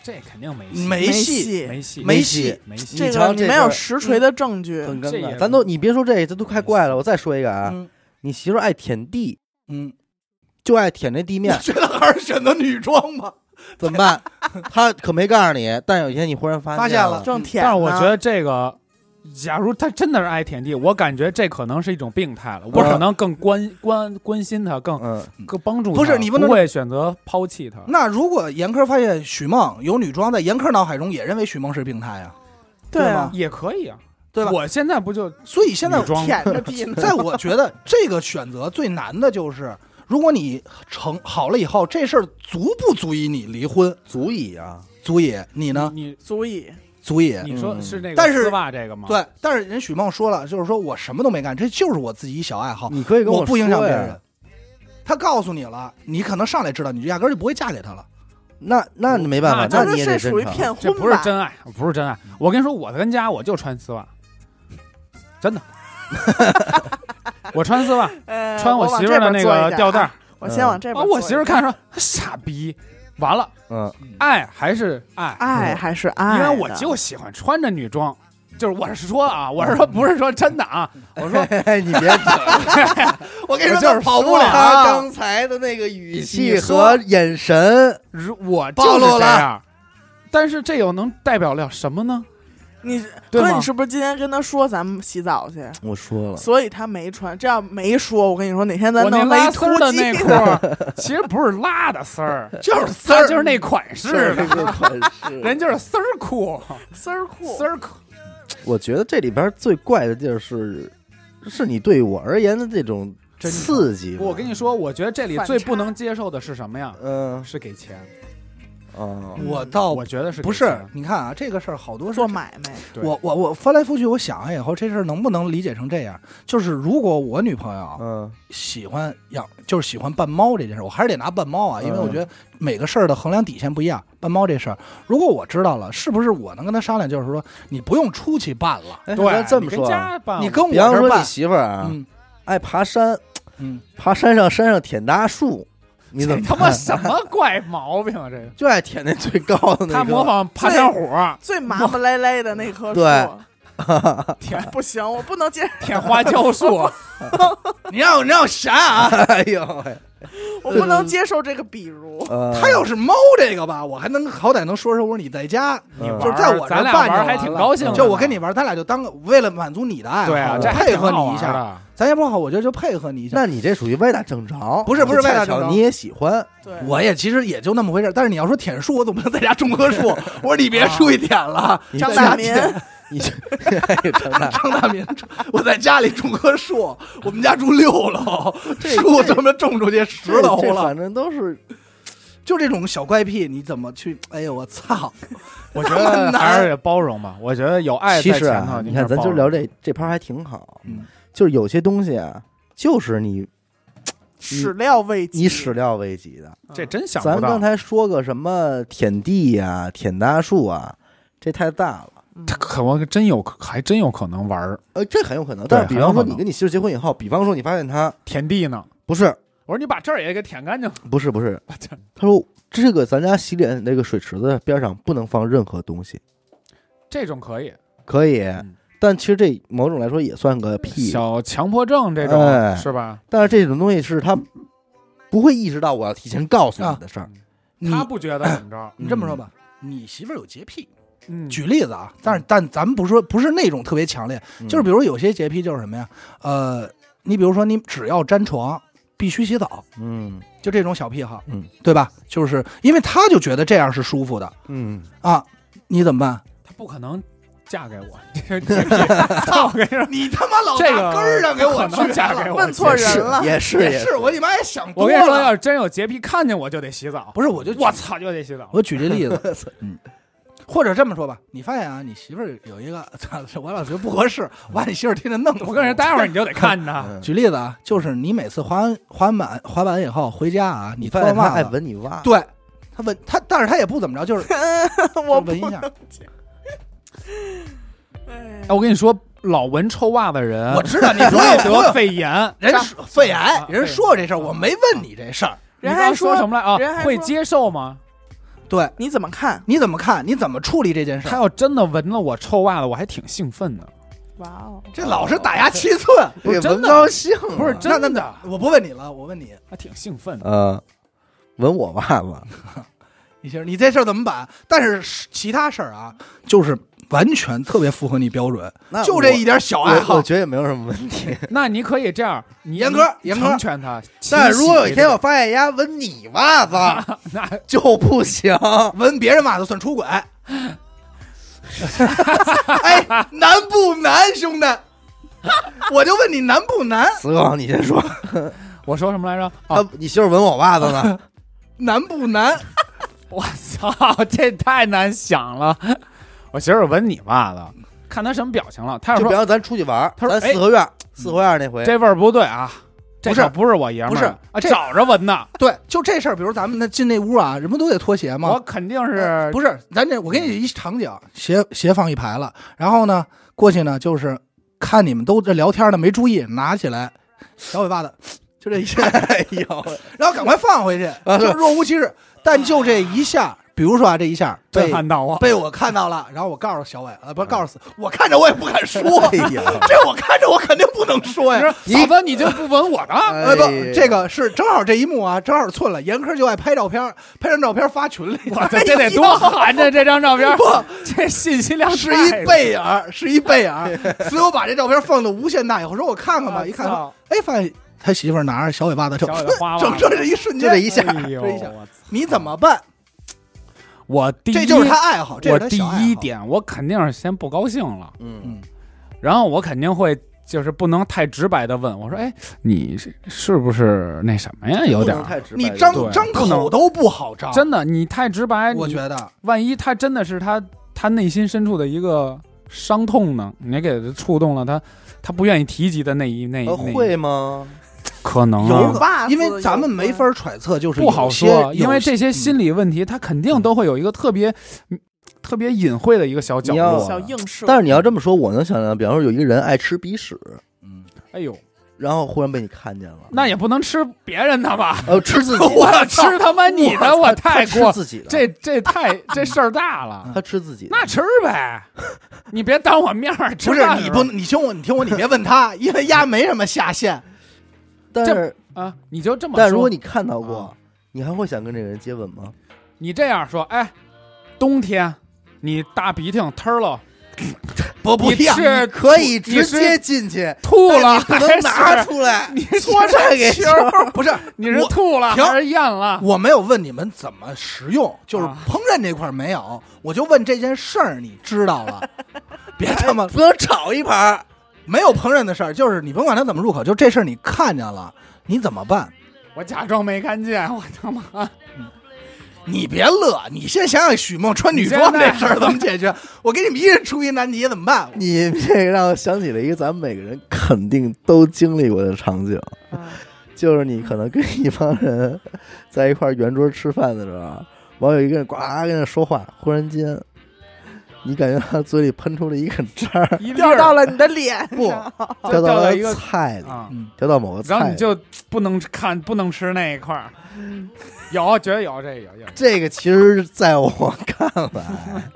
这肯定没戏，没戏，戏，没戏，没戏戏，没戏。这你个瞧你这没事有儿嗯实锤的证据。很尴这也尬，咱都你别说这，这都快怪了。我再说一个啊，嗯你媳妇儿爱舔地，嗯，就爱舔这地面你，觉得还是选择女装吧。怎么办？他可没告诉你，但有一天你忽然发发现现了了，正舔但啊呢，是我觉得这个，假如他真的是爱舔地，我感觉这可能是一种病态了。我不是可能更关关关心他，更嗯，更帮助他。不是你不能会选择抛弃他。那如果严科发现许梦有女装，在严科脑海中也认为许梦是病态啊，对啊吗，也可以啊，对吧？我现在不就所以现在，女装舔着屁呢 在我觉得这个选择最难的就是，如果你成好了以后，这事儿足不足以你离婚？ 足以啊，足以，你呢？你足以足以。嗯你说是那个但是丝袜这个吗？，对，但是人许梦说了，就是说我什么都没干，这就是我自己一小爱好，你可以跟我不影响说别呀人。他告诉你了，你可能上来知道，你就压根儿就不会嫁给他了。那那你没办法，那你啊是也得这真属于诚骗婚这吧？不是真爱，不是真爱。我跟你说，我跟家我就穿丝袜，真的， 我穿丝袜，呃穿我媳妇儿的那个吊带儿，嗯儿，啊我先往这边把坐一啊我下媳妇儿看说傻逼，完了，嗯，爱还是爱，爱哎还是嗯爱因的，为我就喜欢穿着女装。就是我是说啊，我是说不是说真的啊，我说你别我跟你说，就是他跑不说了啊他刚才的那个语气你说和眼神，如我暴就露是这了样，但是这又能代表了什么呢？你对哥，吗嗯你是不是今天跟他说咱们洗澡去？我说了，所以他没穿，这要没说，我跟你说哪天咱我那弄了拉一丝儿突的击内裤儿，其实不是拉的丝儿，就是丝它儿，就是那款式 的，个款式人就是丝儿裤， 丝儿裤丝，儿裤。我觉得这里边最怪的地儿是，是你对我而言的这种真诚刺激吧。我跟你说，我觉得这里最不能接受的是什么呀？嗯是给钱，哦，我倒嗯我觉得是给不是钱。你看啊，这个事儿好多是做买卖，对我我我翻来覆去，我想了以后，这事儿能不能理解成这样？就是如果我女朋友嗯喜欢养，就是喜欢扮猫这件事，我还是得拿扮猫啊，因为嗯我觉得每个事儿的衡量底线不一样。扮猫这事儿，如果我知道了，是不是我能跟他商量，就是说你不用出去办了，哎，对，咱这么你跟说啊，家办你跟嗯我比这方儿说你办，媳妇儿啊，嗯爱爬山， 嗯，爬山上山上舔大树，你怎这么他妈办 什么怪毛病啊？这个就爱舔那最高的那个？他模仿爬山虎， 最麻不赖赖的那棵树。舔不行，我不能接受，舔花椒 树，你让我你让我想想 啊，哎呦喂，我不能接受这个比如。呃他要是猫这个吧，我还能好歹能说说，我说你在家，嗯就是在我这咱儿俩办玩儿还就完挺了高兴的就我跟你玩，咱俩就当个为了满足你的爱好，对啊，这还配挺合好你一玩下，的。咱也不好，我觉得就配合你一下。那你这属于歪打正着，不是不是歪打恰巧正着你也喜欢，对，我也其实也就那么回事儿，但是你要说舔树，我总不能在家种棵 树。我说你别出去舔了，啊你张在大家民， 你这 哎呦张大， 张大民种，我在家里种棵树，我们家住六楼， 这树他妈种出去十这楼这了，反正都是就这种小怪癖，你怎么去？哎呦，我操！我觉 得还是得包容吧。我觉得有爱其在实前啊头，，你应该看咱包今儿容聊这这盘还挺好，嗯就是有些东西啊，就是你始料未及，嗯你始料未及的。这真想咱不刚到。才说个什么舔地呀、舔大树啊，这太大了。嗯他可能真有可，还真有可能玩儿呃，这很有可能。对但是比方很说有可能你跟你媳妇结婚以后，比方说你发现她田地呢。不是我说你把这儿也给舔干净，不是不是，她说这个咱家洗脸那个水池子边上不能放任何东西，这种可以。可以嗯。但其实这某种来说也算个屁，小强迫症这种、哎是吧？但是这种东西是她不会意识到我要提前告诉啊你的事儿。你他不觉得怎么着？你这么说吧，你媳妇儿有洁癖，嗯，举例子啊，但是但咱们不说不是那种特别强烈，嗯就是比如有些洁癖就是什么呀？呃，你比如说你只要沾床必须洗澡，嗯就这种小癖好，嗯，对吧？就是因为他就觉得这样是舒服的嗯，啊，你怎么办？他不可能嫁给我，这洁癖操我跟你说， 你他妈老这个不可能了嫁给我，问错人了也是也也是我你妈也想我多跟你说，了。要是真有洁癖，看见我就得洗澡。不是我就我操，就得洗澡。我举这 例子，嗯，或者这么说吧，你发现啊，你媳妇儿有一个， 操，我老觉得不合适，我把你媳妇儿天天弄死。我跟你说，待会儿你就得看他。嗯举例子啊，就是你每次滑完滑完板滑完以后回家啊，你你哎脱发现完她袜爱子，闻你袜，对他闻他，但是他也不怎么着，就是 我闻一不下。哎哎我跟你说，老闻臭袜子的人，我知道你容说易也得肺炎。人说肺癌啊，人说这事儿，我没问你这事儿。你人刚还说什么来人还啊？说会接受吗？对，你怎么看？你怎么看？你怎么处理这件事他儿？要真的闻了我臭袜子，我还挺兴奋的。哇哦，这老是打压七寸，不是真的高兴啊，不是那那真的那，，我不问你了，我问你，还挺兴奋的。呃，闻我袜子，你先，你这事儿怎么办？但是其他事儿啊，就是完全特别符合你标准，那就这一点小我爱我好。觉得也没有什么问题。那你可以这样，你严哥严哥成全他。但勤如洗果有一这天个我发现丫闻你袜子， 那就不行。闻 别人袜子算出轨。哎，难不难？兄弟，我就问你难不难？死狗，你先说，我说什么来着？他呃啊，你媳妇闻我袜子呢？难不难？我操，这太难想了。我媳妇儿闻你袜子，看她什么表情了。她要就比说方咱出去玩儿，他说咱四合院，四合院那回，这味儿不对啊，这不是可不是我爷们不是儿啊，这找着闻的，对，就这事儿，比如咱们那进那屋啊，人不都得脱鞋吗我？肯定是呃不是，咱这我给你一场景，鞋鞋放一排了，然后呢，过去呢就是看你们都这聊天呢，没注意，拿起来小尾巴子，就这一下，哎呦，然后赶快放回去，就若无其事。但就这一下，比如说啊，这一下震被撼到我。被我看到了，然后我告诉小伟，呃，不是告诉死，我看着我也不敢说，哎呀，这我看着我肯定不能说呀。你嫂子，你就不闻我的？呃，不，这个是正好这一幕啊，正好寸了。严科就爱拍照片，拍张照片发群里。哎我操，这得多寒碜！这张照片，这信息量 是太一贝尔，是一 贝尔。所以我把这照片放到无限大以后，说我看看我吧，一看，操哎，发现他媳妇儿拿着小尾巴子整小尾巴花， 整这这一瞬就这间，一下，哎呦这一下我操你怎么办？我第一，这就是他爱好，这我是他第小爱好一，点，我肯定是先不高兴了，嗯，然后我肯定会就是不能太直白的问我说：“哎，你是是不是那什么呀？有点不能儿太直白你了呃张对张不口能都不好张，真的，你太直白，啊我你觉得万一他真的是他他内心深处的一个伤痛呢？你给他触动了他，他不愿意提及的那一那一呃那一会吗？可能有啊吧袜子嗯因为咱们没有嗯法揣测，就是不好有些说，有因为这些心理问题，他肯定都会有一个特别嗯特别隐晦的一个小角你要落关的。小映射，但是你要这么说，我能想象，比方说有一个人爱吃鼻屎，嗯哎呦，然后忽然被你看见了，那也不能吃别人 的吧？呃吃自己，我吃他妈你的，我他太吃过，自己的， 这这太这事儿大了。他吃自己的，那吃呗，你别当我面儿吃不是饭你时不候能，你听我，你听我，你别问他，因为丫没什么下限。但是啊？你就这么说？但如果你看到过啊，你还会想跟这个人接吻吗？你这样说，哎，冬天你大鼻涕吞儿了，不不你一样，是可以你直是接进 去，吐了，但你不能拿还是出来，你是搓这给球儿。不是你是我吐了停还是咽了？ 我没有问你们怎么食用，就是啊烹饪这块儿没有，我就问这件事儿，你知 道了？别他妈哎不能炒一盘 儿，没有烹饪的事儿，就是你甭管它怎么入口，就这事儿你看见了，你怎么办？我假装没看见，我他妈！你别乐，你先想想许梦穿女装这事儿怎么解决。 我给你们一人出一难题，怎么办？你这让我想起了一个咱们每个人肯定都经历过的场景，嗯就是你可能跟一帮人在一块儿圆桌吃饭的时候，完有一个人呱跟那说话，忽然间，你感觉他嘴里喷出了一个渣儿，一粒 掉儿到了你的脸不上，掉就掉到到了一个菜里，啊，嗯，掉到某个然后菜你里。就不能看，不能吃那一块儿。有，绝对有这个有有。这个其实在我看来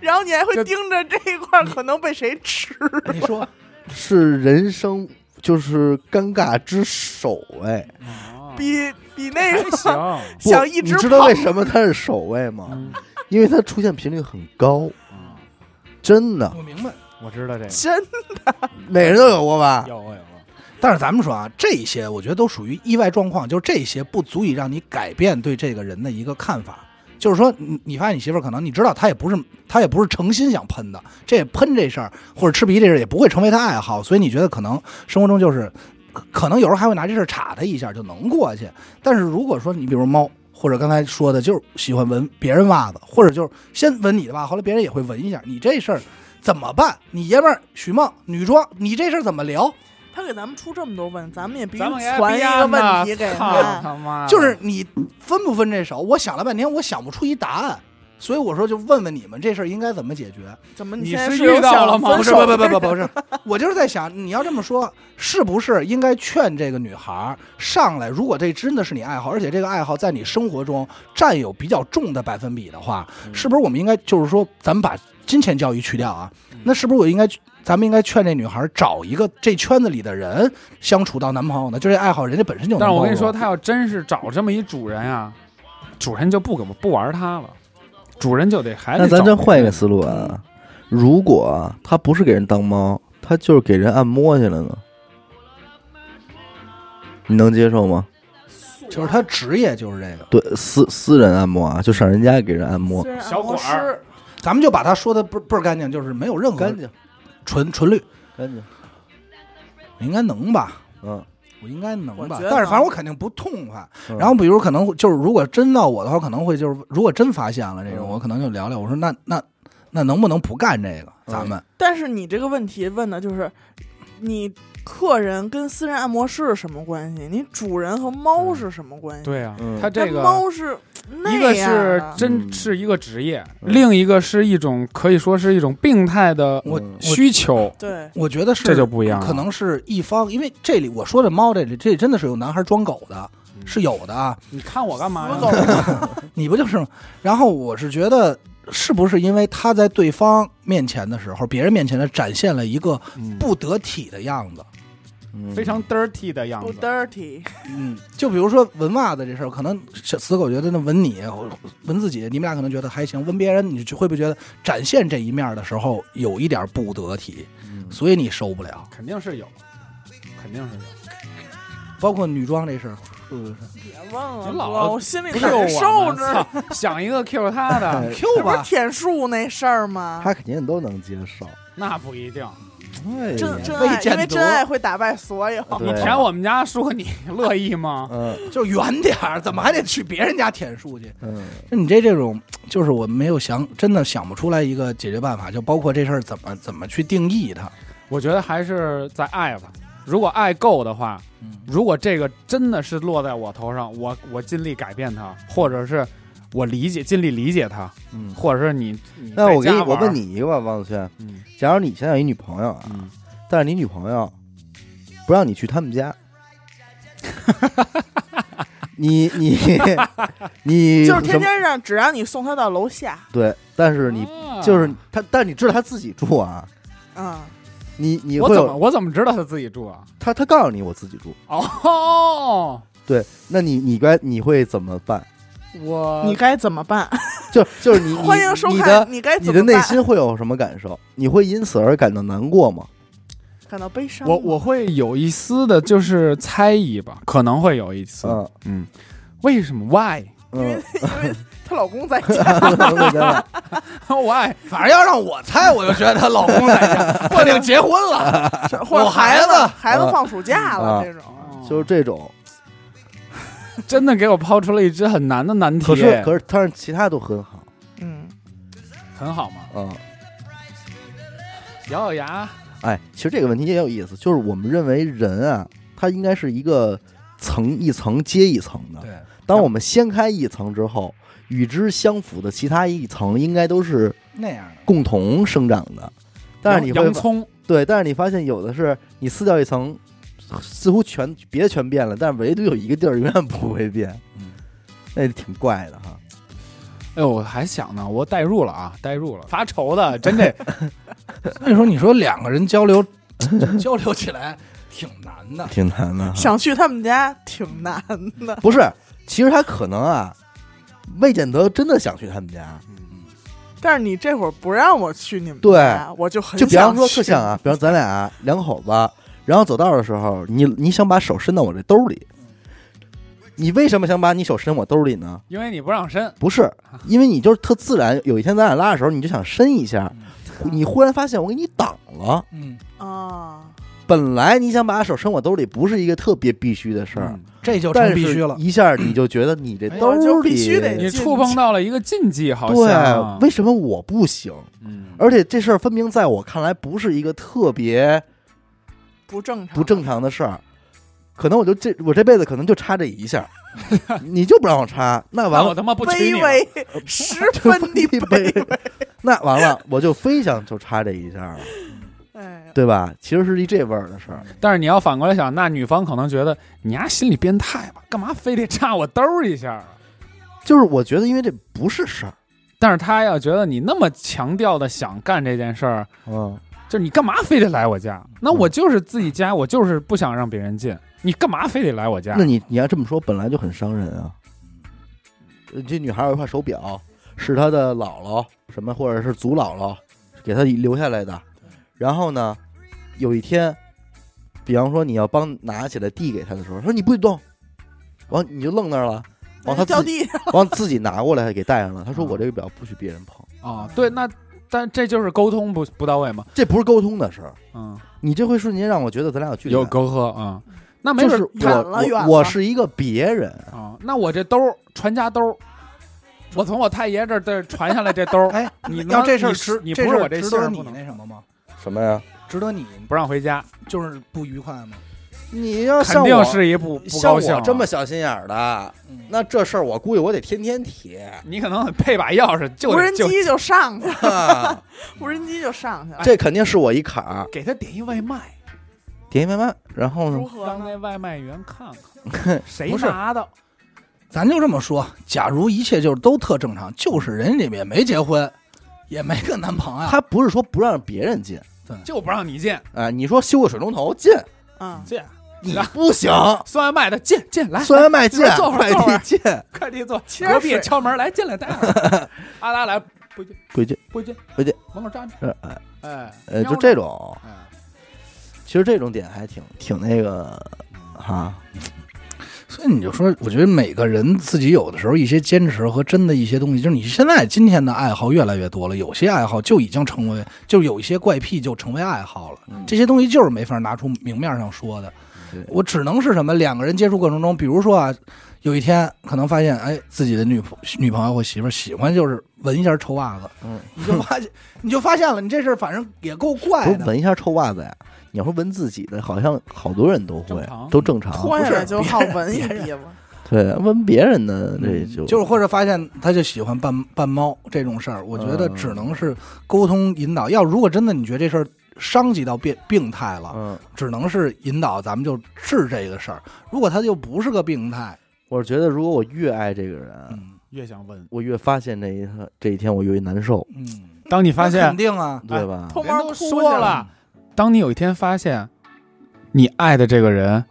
然后你还会就盯着这一块儿可能被谁吃。你说是人生就是尴尬之首位。哦比比哎 那还个行，不想一直你知道跑为什么它是首位吗？嗯因为它出现频率很高，啊嗯真的，我明白，我知道这个真每人都有过吧？有有有。但是咱们说啊，这些我觉得都属于意外状况，就是这些不足以让你改变对这个人的一个看法。就是说，你你发现你媳妇儿可能你知道她也不是她也不是诚心想喷的，这喷这事儿或者吃鼻这事儿也不会成为她爱好，所以你觉得可能生活中就是可可能有时候还会拿这事儿插她一下就能过去。但是如果说你比如猫或者刚才说的，就是喜欢闻别人袜子，或者就是先闻你的袜子，后来别人也会闻一下，你这事儿怎么办？你爷们儿许梦女装，你这事儿怎么聊？他给咱们出这么多问，咱们也必须咱们给传一个问题逼给安呐操他。他妈的，就是你分不分这手？我想了半天，我想不出一答案，所以我说就问问你们这事儿应该怎么解决？怎么你现在是是遇有到想了吗分 不是，手不不的 不不不是，我就是在想，你要这么说，是不是应该劝这个女孩儿上来？如果这真的是你爱好，而且这个爱好在你生活中占有比较重的百分比的话，是不是我们应该就是说，咱们把金钱教育去掉啊嗯？那是不是我应该，咱们应该劝这女孩儿找一个这圈子里的人相处到男朋友呢？就这爱好，人家本身就有但是我跟你男说，朋友他要真是找这么一主人啊，主人就不给不玩他了，主人就得还那得咱找这换一个思路啊，如果他不是给人当猫，他就是给人按摩去了呢，你能接受吗？就是他职业就是这个。对，私私人按摩啊，就上人家给人按摩，私人按小摩管儿师咱们就把它说的倍儿倍儿干净，就是没有任何净。纯纯绿。干净，我应该能吧，嗯，我应该能我吧觉，得但是反正能我肯定不痛快。嗯然后比如可能会就是如果真到我的话，可能会就是如果真发现了这种，嗯我可能就聊聊，我说那那那能不能不干这个？咱们但是你这个问题问的就是，你客人跟私人按摩师是什么关系？你主人和猫是什么关系？对啊嗯，他这那个猫啊是一那个样是的真嗯是一个职业，嗯另一个是一种可以说是一种病态的我嗯需求，对，我觉得是这就不一样了。可能是一方，因为这里我说这猫这里这真的是有男孩装狗的，嗯是有的啊，你看我干嘛死狗呀？你不就是吗？然后我是觉得。是不是因为他在对方面前的时候，别人面前的展现了一个嗯不得体的样子？嗯非常 dirty 的样不子， dirty，嗯，就比如说闻袜子这事儿，可能小死狗觉得那闻你闻自己，你们俩可能觉得还行，闻别人你就会不会觉得展现这一面的时候有一点不得体，嗯所以你受不了。肯定是有，肯定是有。包括女装这事儿，是不是别问了，你老哥我心里不是难受我着。操，想一个 Q 他 的， ？Q 这不是吧，舔树那事儿吗？他肯定都能接受。那不一定。哎真真呀，未爱，见因为得真爱会打败所有。对你舔我们家树，你 乐意吗？嗯就远点儿，怎么还得去别人家舔树去？嗯就你这这种，就是我没有想，真的想不出来一个解决办法，就包括这事儿怎么怎么去定义它。我觉得还是在爱吧。如果爱够的话，嗯如果这个真的是落在我头上，我我尽力改变它，或者是我理解尽力理解它，嗯。或者是你。你那我在给家你，我玩问，你一个吧，王子轩，嗯假如你现在有一女朋友啊，嗯，但是你女朋友不让你去他们 家，你 你你就是什天么天让只让你送他到楼下，对，但是你啊就是他，但是你知道他自己住啊，嗯，你你我会怎么有我怎么知道他自己住啊？他他告诉你我自己住，哦，对，那你你该你会怎么办？我你该怎么办？就就是 你欢迎收你你看，的你该你怎的么内办？心会有什么感受？你会因此而感到难过吗？感到悲伤吗。我我会有一丝的就是猜疑吧，可能会有一丝。嗯嗯，为什么？Why？因为嗯， 因为她老公在 家，Why？反正要让我猜，我就觉得她老公在 家， 我已经结婚了， 或者有孩子子孩子放暑假了啊这种， 就是哦这种，真的给我抛出了一只很难的难题，可是可是，但是其他都很好嗯，很好嘛，啊。嗯咬咬牙，哎，其实这个问题也有意思，就是我们认为人啊，他应该是一个层一层接一层的。对，当我们掀开一层之后，与之相符的其他一层应该都是那样的。共同生长的。但是你洋会洋发葱，对，但是你发现有的是你撕掉一层，似乎全别的全变了，但是唯独有一个地儿永远不会变，嗯那挺怪的哈。哎呦，我还想呢，我代入了啊，代入了，发愁 的，真的所以说，你说两个人 交流交流起来挺难的，挺难的哈想去他们家挺难 的。不是，其实他可能啊，魏建德真的想去他们家，但是你这会儿不让我去你们对家，我就很就比方说去特像 啊，比方咱俩、两口子，然后走道的时候，你你想把手伸到我这兜里，你为什么想把你手伸我兜里呢？因为你不让伸，不是，因为你就是特自然，有一天咱俩拉的时候，你就想伸一下，嗯你忽然发现我给你挡了。嗯，啊，本来你想把手伸我兜里，不是一个特别必须的事儿，嗯这就但成是必须了。一下你就觉得你这哎兜我就里必须得你触碰到了一个禁忌，好像啊对，为什么我不行？嗯而且这事儿分明在我看来不是一个特别不正常，不正。常的事儿，可能我就这我这辈子可能就插这一 下，你就不让我插，那完那我了，他妈不娶卑你了，微， 十分的卑微。那完了，我就非想就插这一下了，哎，对吧？其实是一这味儿的事儿，但是你要反过来想，那女方可能觉得你丫心理变态吧，干嘛非得插我兜儿一下啊？就是我觉得因为这不是事儿，但是他要觉得你那么强调的想干这件事儿，嗯，就是你干嘛非得来我家？那我就是自己家，我就是不想让别人进，你干嘛非得来我家那？你你要这么说，本来就很伤人啊。呃这女孩有一块手表，是她的姥姥什么，或者是祖姥姥给她留下来的。然后呢，有一天，比方说你要帮拿起来递给她的时候，说你不许动，完你就愣那儿了，往他掉自己地，完自己拿过来给戴上了。她说啊我这个表不许别人碰，哦，对，那但这就是沟通不不到位嘛。这不是沟通的事儿。嗯，你这回瞬间让我觉得咱俩有距离有感，隔阂啊、嗯那没就准是儿远我了远我了我是一个别人，啊、那我这兜儿传家兜儿，我从我太爷这儿这儿传下来这兜儿，哎，你能要这事儿你值，你不这是事我儿这值姓得儿你不能那什么吗？什么呀？值得你不让回家，就是不愉快吗？你要肯像定我是一不不像高兴我啊。这么小心眼儿的，嗯那这事儿我估计我得天天 提。你可能配把钥匙就无人就机就上去了，啊无人机就上去了。这肯定是我一坎儿，给他点一外 卖，点一外卖，然后呢如？何让呢？那外卖员看看谁不是拿的。咱就这么说，假如一切就是都特正常，就是人家也没结婚，也没个男朋啊友，他不是说不让别人进，就不让你进，啊，你说修个水龙头进，啊嗯，进你不 行，送外卖的进进来，虽然卖进进来，坐会快儿坐会递儿进，快递坐，其实隔壁水敲门来进来，待会儿 阿拉来不进规矩，不进不进，门口站着，呃呃哎呃，就这，种，瞄着哎其实这种点还挺挺那个嗯哈，所以你就说，我觉得每个人自己有的时候一些坚持和真的一些东西，就是你现在今天的爱好越来越多了，有些爱好就已经成为，就有一些怪癖就成为爱好了。这些东西就是没法拿出明面上说的嗯对，我只能是什么？两个人接触过程中，比如说啊，有一天可能发现，哎，自己的女朋女朋友或媳妇儿喜欢就是闻一下臭袜子，嗯，你就发现你就发现了，你这事儿反正也够哎不怪是的。闻一下臭袜子呀？你要说闻自己的，好像好多人都会正，常都正常。脱下来就好不闻一是别人鼻子。对，闻别人的这嗯就就是或者发现他就喜欢扮扮猫这种事儿，我觉得嗯只能是沟通引导。要如果真的你觉得这事儿伤及到病病态了，嗯，只能是引导咱们就治这个事儿。如果他就不是个病态，我是觉得如果我越爱这个人，嗯越想问，我越发现这一刻这一天我越难受，嗯，当你发那现肯，定啊，对吧？偷人猫都哭说去了，当你有一天发现，你爱的这个人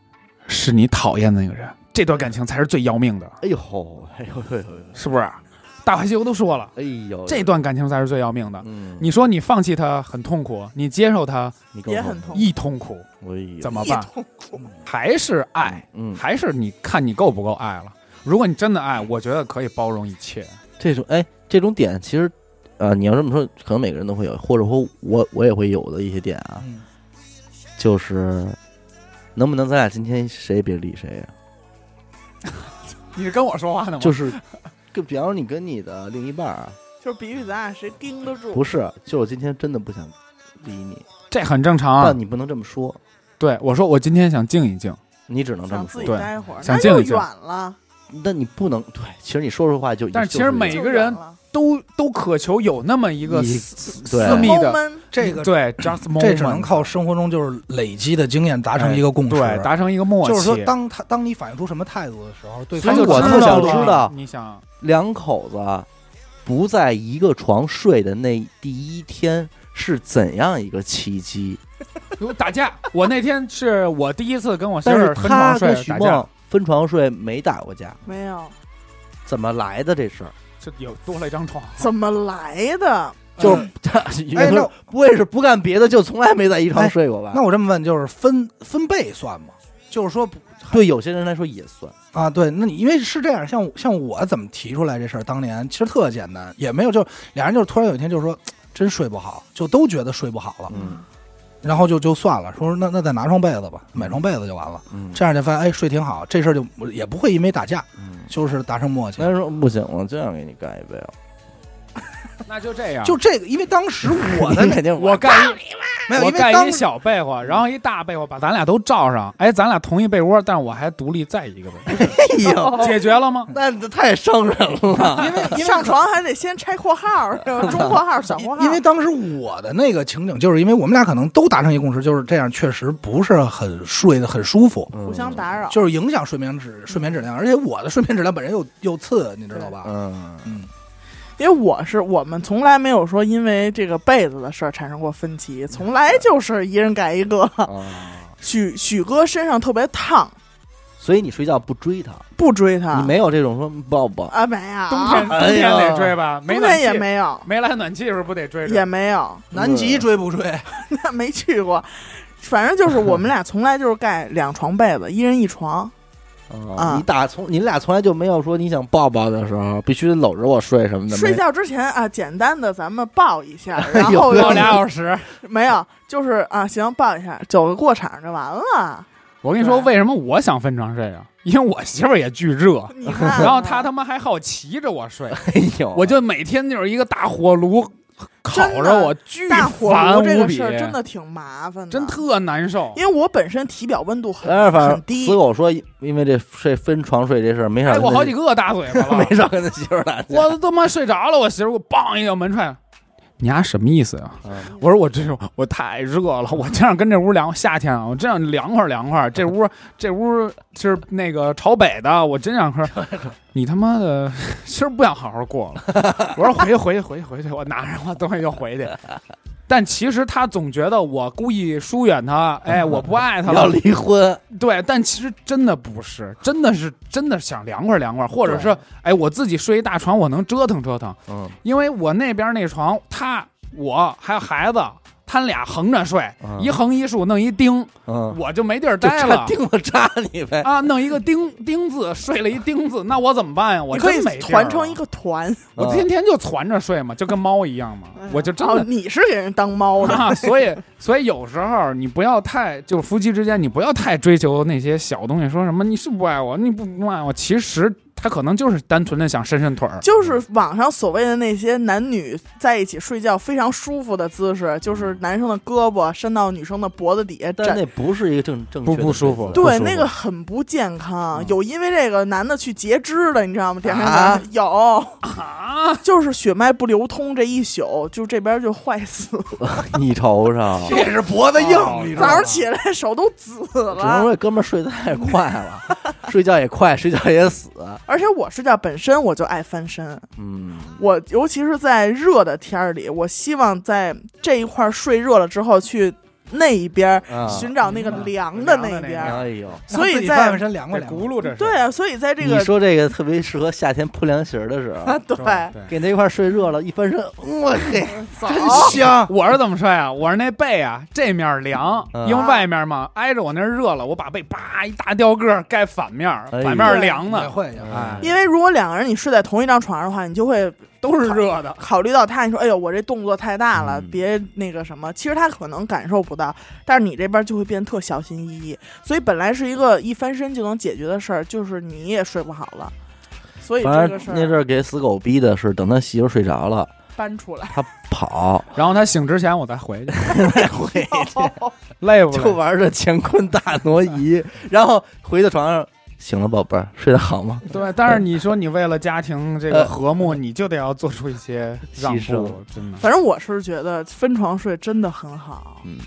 是你讨厌的那个人，这段感情才是最要命的，哎呦，哎呦，哎呦，是不是？啊大话西游都说了，哎呦，这段感情才是最要命的。嗯，你说你放弃他很痛苦，你接受他你更也好很，痛，亦痛苦，哎呦怎么一办？通还是爱？嗯，还是你看你够不够爱了。如果你真的爱，我觉得可以包容一切。这种哎，这种点其实，呃，你要这么说，可能每个人都会有，或者说我我也会有的一些点啊，嗯，就是能不能咱俩今天谁也别理谁呀、你是跟我说话呢吗？ 就是，就比方说你跟你的另一半儿啊，就是比喻咱俩谁盯得嗯住。不是，就是我今天真的不想理你，这很正常啊但。你不能这么说，对我说，我今天想静一静。你只能这想么自说己。对待会儿，想那静就一静远了，但你不能对，其实你说出话就已经但是其就实是每就个远人了都都渴求有那么一个一私对私密的， Moment 这个对，just moment，这只能靠生活中就是累积的经验达成一个共识。哎对达成一个默契。就是说，当他当你反映出什么态度的时候，对所方以就我知特道想了知道你想两口子不在一个床睡的那第一天是怎样一个契机？如果打 架，我那天是我第一次跟我媳妇但是儿分他床跟睡徐打架梦，分床睡没打过架，没有，怎么来的这事儿？就有多了一张床。怎么来的？就嗯是他，哎那不会是不干别的，就从来没在一床睡过吧？那我这么问，就是分分贝算吗？就是说不对有些人来说也算，啊，对，那你因为是这样，像像我怎么提出来这事儿，当年其实特简单，也没有，就俩人就是突然有一天就说，嘖真睡不好，就都觉得睡不好了，嗯然后就就算了，说那那再拿床被子吧，买床被子就完了，嗯，这样就发现哎睡挺好，这事儿就也不会因为打架，嗯就是达成默契。但是说不行，我就想给你干一杯啊！那就这样，就这个，因为当时我的你 那肯定我干一没有，我因为当盖一小被窝，然后一大被窝把咱俩都罩上。哎，咱俩同一被窝，但是我还独立在一个被窝，哎呦，解决了吗？ 那太伤人了。因为因为上床还得先拆括号，是吧中括号、小括号。因啊为当时我的那个情景，就是因为我们俩可能都达成一共识，就是这样，确实不是很睡得很舒服，嗯互相打扰，就是影响睡眠质睡眠质量，而且我的睡眠质量本身又又次，你知道吧？嗯，嗯，因为我是我们从来没有说因为这个被子的事儿产生过分歧，从来就是一人盖一个。啊许许哥身上特别烫，所以你睡觉不追他，不追他。你没有这种说抱抱，啊？没有，冬天冬哎呀天得追吧，没冬暖天气也没有，没来暖气的时候不得追着也没有， 南极追不追？那没去过。反正就是我们俩从来就是盖两床被子，一人一床，啊，你打从你俩从来就没有说你想抱抱的时候必须搂着我睡什么的，睡没觉之前啊，简单的咱们抱一下，然后聊俩小时。没有，就是啊，行，抱一下，走个过场就完了。我跟你说，为对什么我想分床睡啊？因为我媳妇儿也巨热，你看，然后她他妈还好骑着我睡，哎呦，我就每天就是一个大火炉烤真着的我，巨大火烦炉这无个比，事儿真的挺麻烦的，真特难受。因为我本身体表温度很哎，反很正低死，狗说，因为这睡分床睡这事儿没少挨跟过他，哎好几个大嘴巴了没，少跟他媳妇儿 打架。我都他妈睡着了，我媳妇儿给我梆一脚门踹了。你丫什么意思呀、啊嗯我说我这我太热了，我这样跟这屋凉，夏天啊，我这样凉快凉快。这屋这屋是那个朝北的，我真想喝。你他妈的，其实不想好好过了。我说回去回去回去回去，我拿着我东西就回去。但其实他总觉得我故意疏远他，哎，我不爱他要了。离 婚，对，但其实真的不是，真的是真的想凉快凉快，或者是哎，我自己睡一大床，我能折腾折腾。嗯因为我那边那床，他、我还有孩子，他俩横着睡，嗯一横一竖弄一钉，嗯，我就没地儿就待扎了。钉子扎你呗。啊，弄一个钉钉子，睡了一钉子，那我怎么办呀？我你可以真没地儿团了成一，个团。我嗯天天就攒着睡嘛，就跟猫一样嘛，我就真哦的，你是给人当猫 的，啊，所以所以有时候你不要太，就是夫妻之间你不要太追求那些小东西，说什么你是不爱我，你不不爱我，其实他可能就是单纯的想伸伸腿儿。就是网上所谓的那些男女在一起睡觉非常舒服的姿势，就是男生的胳膊伸到女生的脖子底下但枕。那不是一个正正确不的不舒服睡姿不对，舒那服个很不健康嗯，有因为这个男的去截肢的，你知道吗？电视啊上有，就是血脉不流通，这一宿就这边就坏死了，你瞅 瞅， 这是脖子硬，哦你知早道吗上？起来手都紫只能了。说这哥们儿睡得太快了，睡觉也快，睡觉也死。而且我睡觉本身我就爱翻身，嗯，我尤其是在热的天儿里，我希望在这一块儿睡热了之后去那一边儿啊寻找那个凉的那一边啊儿。哎呦，所以让自己在翻翻身凉快得凉快轱辘着睡对啊，所以在这你个说这个特别适合夏天铺凉席儿的 时候啊，， 对，对。给那块儿睡热了，一翻身，哎我嘿，真早香，我是怎么睡啊？我是那被啊，这面凉，嗯因为外面嘛挨着我那儿热了，我把被叭一大吊个儿盖反面儿，哎呦反面儿凉也的，会也会。哎，因为如果两个人你睡在同一张床上的话，你就会都是热的。考虑到他，你说哎呦我这动作太大了，嗯别那个什么。其实他可能感受不到，但是你这边就会变特小心翼翼。所以本来是一个一翻身就能解决的事儿，就是你也睡不好了。所以这反个正事那儿阵儿给死狗逼的是，等他媳妇儿睡着了，搬出来，他跑，然后他醒之前我再回去，再回累 不就累？玩这乾坤大挪移，然后回到床上，醒了，宝贝儿，睡得好吗？ 对，但是你说你为了家庭这呃个和睦，你就得要做出一些让牺牲步，真的反正我是觉得分床睡真的很好。嗯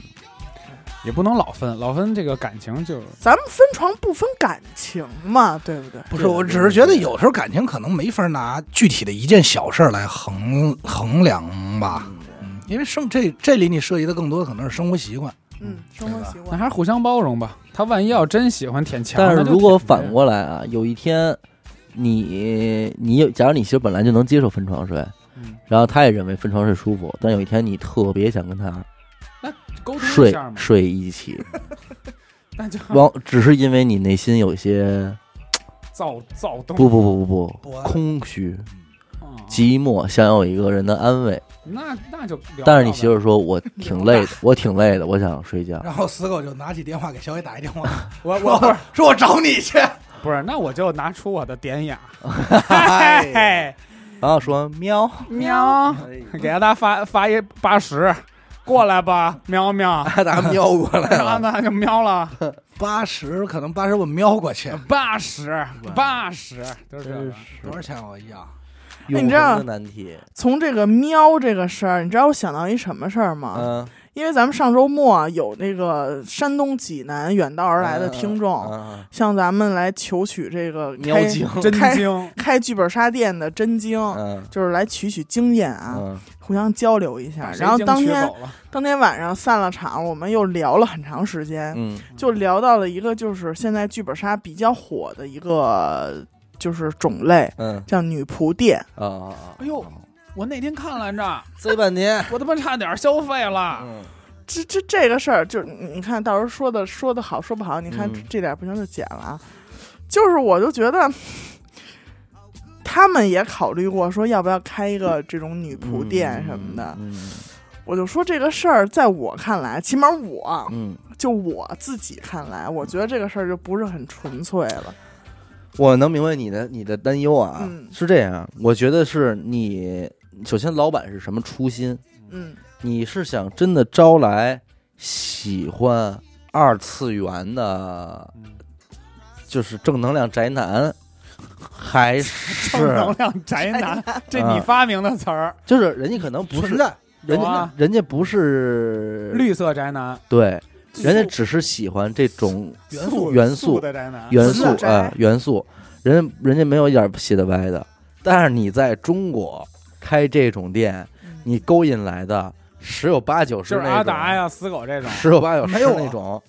也不能老分，老分这个感情就咱们分床不分感情嘛，对不对？嗯不是，我只是觉得有时候感情可能没法拿具体的一件小事儿来衡衡量吧，嗯，因为生这这里你涉及的更多可能是生活习惯，嗯，生活习那惯。还是互相包容吧。他万一要真喜欢舔墙，但是那就如果舔呗反过来啊，有一天你你有，假如你媳妇本来就能接受分床睡，嗯然后她也认为分床睡舒服，但有一天你特别想跟她沟通一睡下嘛，睡一起，那就 往只是因为你内心有一些躁躁动。不不不不不不安空虚、啊寂寞，想有一个人的安慰。那那就聊但是聊你呗媳妇说，我挺累 的，我挺累的，我想睡觉。然后死狗就拿起电话给小伟打一电话，我我不是说说我找你去，不是，那我就拿出我的典 雅，哎然后说 喵，喵，给他发发一八十，过来吧，喵喵，他打喵过来然后。他就 喵了，八十可能八十我瞄过去，八十八十，就是这真个是多少钱我一样，永 你知道恒的难题，从这个喵这个事儿，你知道我想到一什么事儿吗？嗯，因为咱们上周末啊有那个山东济南远道而来的听众，嗯向咱们来求取这个喵开精，真 开精。开剧本杀店的真经，嗯就是来取取经验啊，嗯，互相交流一下把。谁然后精当取天走了当天晚上散了场，我们又聊了很长时间，嗯就聊到了一个就是现在剧本杀比较火的一个就是种类，嗯叫女仆店。啊啊啊！哎呦，我那天看来着，这半天，我他妈差点消费了。嗯，这这这个事儿，就是你你看到时候说的说的好说不好，你看嗯这点儿不行就剪了啊。就是我就觉得。他们也考虑过说要不要开一个这种女仆店什么的，嗯，我就说这个事儿在我看来，起码我嗯，嗯就我自己看来，我觉得这个事儿就不是很纯粹了。我能明白你的你的担忧啊，嗯是这样，我觉得是你首先老板是什么初心？嗯你是想真的招来喜欢二次元的，就是正能量宅男，还正能是量宅男，这啊你发明的词儿，就是人家可能不存是，在，嗯人有家啊人家不是绿色宅男，对，人家只是喜欢这种元素元元素的宅男，元素纯宅啊、元素，人人家没有一点写的歪的，但是你在中国开这种店，嗯你勾引来的十有八九就是那种阿达呀、死狗这种，十有八九没是有啊那种，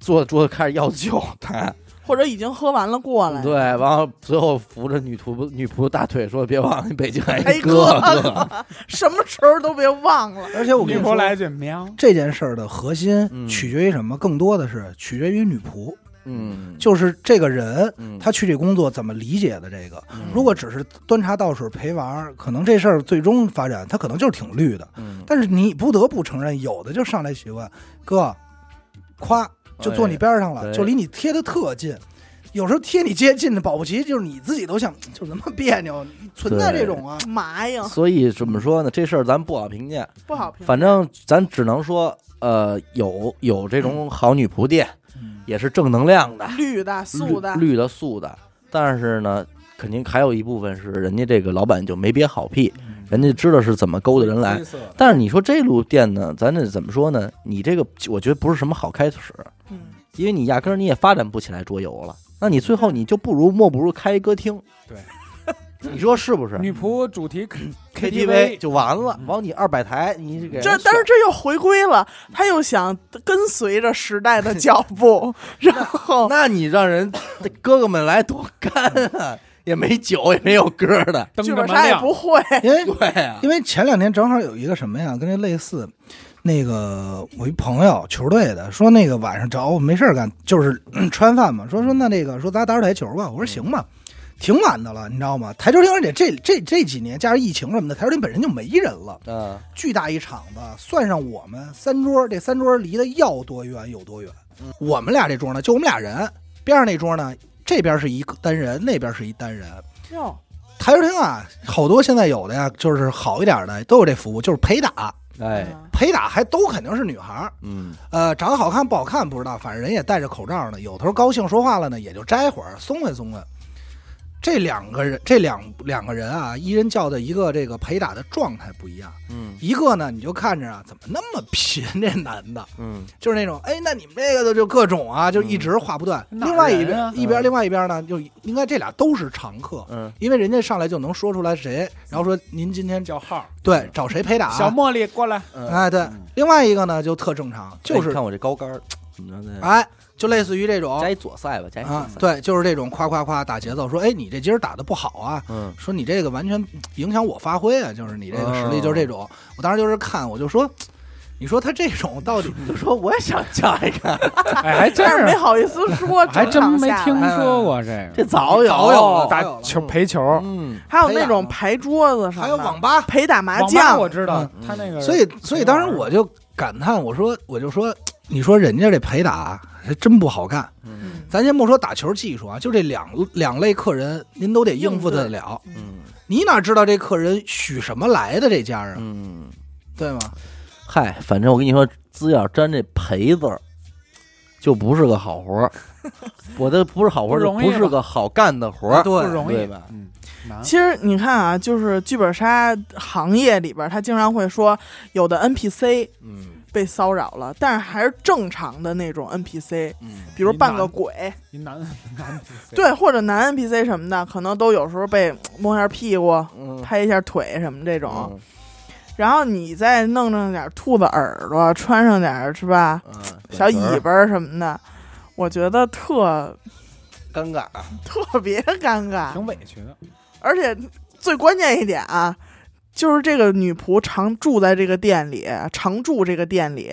坐桌子开始要酒的，或者已经喝完了过来， 对，然后最后扶着女仆女仆大腿说：“别忘了北京还哎一哥哥哥。什么时候都别忘了。而且我跟女你仆说，来句喵，这件事儿的核嗯心取决于什么？更多的是取决于女仆，” 嗯，就是这个人嗯他去这工作怎么理解的这个。嗯如果只是端茶倒水陪玩儿，可能这事儿最终发展，他可能就是挺绿的。嗯但是你不得不承认，有的就上来喜欢，哥，夸就坐哎你边儿上了，对就离你贴的特近。有时候贴你接近的，保不齐就是你自己都想，就那么别扭，存在这种啊。麻呀，所以怎么说呢？这事儿咱不好评价，不好评。反正咱只能说，呃，有有这种好女仆店，也是正能量的，绿的、嗯素的，绿绿的素的，但是呢。肯定还有一部分是人家这个老板就没憋好屁，嗯人家知道是怎么勾搭人来，绿色的，但是你说这路店呢，咱这怎么说呢？你这个我觉得不是什么好开始，嗯，因为你压根儿你也发展不起来桌游了。那你最后你就不如莫不如开一歌厅，对， 你说是不是女仆主题？KTV 就完了，往你二百台，你给人这设但是这又回归了，他又想跟随着时代的脚 步，然后那你让人哥哥们来多干啊，也没酒也没有歌的，灯剧这么本杀也亮，哎不会。 因为对啊，因为前两天正好有一个什么呀，跟这类似，那个我一朋友球队的说，那个晚上找我没事儿干，就是嗯吃完饭嘛，说说那那个说咱打会儿台球吧，我说行吧，挺晚的了，你知道吗？台球厅而且这这这几年加上疫情什么的，台球厅本身就没人了，嗯巨大一场子，算上我们三桌，这三桌离得要多远有多远。我们俩这桌呢，就我们俩人，边上那桌呢，这边是一个单人，那边是一单人，哟，台球厅啊，好多现在有的呀，就是好一点的都有这服务，就是陪打，哎陪打还都肯定是女孩儿，嗯呃，长得好看不好看不知道，反正人也戴着口罩呢，有头高兴说话了呢，也就摘会儿，松快松快。这两个人，这两 两个人啊，一人叫的一个这个陪打的状态不一样，嗯一个呢，你就看着啊，怎么那么贫这男的，嗯就是那种，哎，那你们这个的就各种啊，就一直话不断。哪另外一人啊边一边，嗯另外一边呢，就应该这俩都是常客，嗯因为人家上来就能说出来谁，然后说您今天叫号，对找谁陪打、啊小茉莉过来，嗯，哎，对嗯，另外一个呢就特正常，就哎你是看我这高杆儿怎么着呢？哎，就类似于这种加一左塞吧，加一左啊塞，，对，就是这种夸夸夸打节奏，说哎你这今儿打的不好啊，嗯 说你这个完全影响我发挥啊，就是你这个实力就是这种，我当时就是看我就说，你说他这种到底就说我也想叫一个，哎，还真但是没是，好 意思说，还真没听整场下来说过这个。这早有早有了打球陪球，嗯还有那种排桌子上的，还有网吧，陪打麻网吧将我，知道嗯，他那个，所以所以当时我就感叹，我说我就说，你说人家这陪打啊还真不好干。嗯咱先莫说打球技术啊，就这两两类客人，您都得应付得了。嗯你哪知道这客人许什么来的这家啊，嗯，对吗？嗨，反正我跟你说，只要沾这赔字儿，就不是个好活儿。我的不是好活儿，不就容易不是吧个好干的活儿。对不容对易吧，嗯，难。其实你看啊，就是剧本杀行业里边，他经常会说有的 NPC 嗯被骚扰了，但是还是正常的那种 NPC，嗯比如扮个鬼，一男男比赛，对，或者男 NPC 什么的，可能都有时候被摸一下屁股、嗯，拍一下腿什么这种。然后你再弄上点兔子耳朵，穿上点是吧，嗯小尾巴儿什么的，我觉得特尴尬，啊特别尴尬。挺委屈的。而且最关键一点啊，就是这个女仆常住在这个店里，常住这个店里，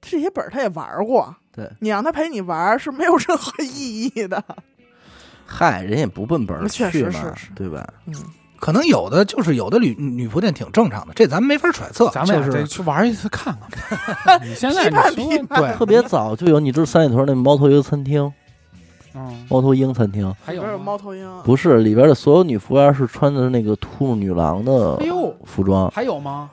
这些本儿她也玩过。对，你让她陪你玩儿是没有任何意义的。嗨，人也不奔本儿确去实嘛是是，对吧？嗯，可能有的就是有的女女仆店挺正常的，这咱们没法揣测。 咱们就也得是去玩一次看看。 你现在你说，对 特别早就有，你知道三里屯那猫头鹰餐厅、嗯，猫头鹰餐厅，还里有边有吗猫，头鹰，不是里边的所有女服务员是穿的那个兔女郎的哎呦，服装，还有吗？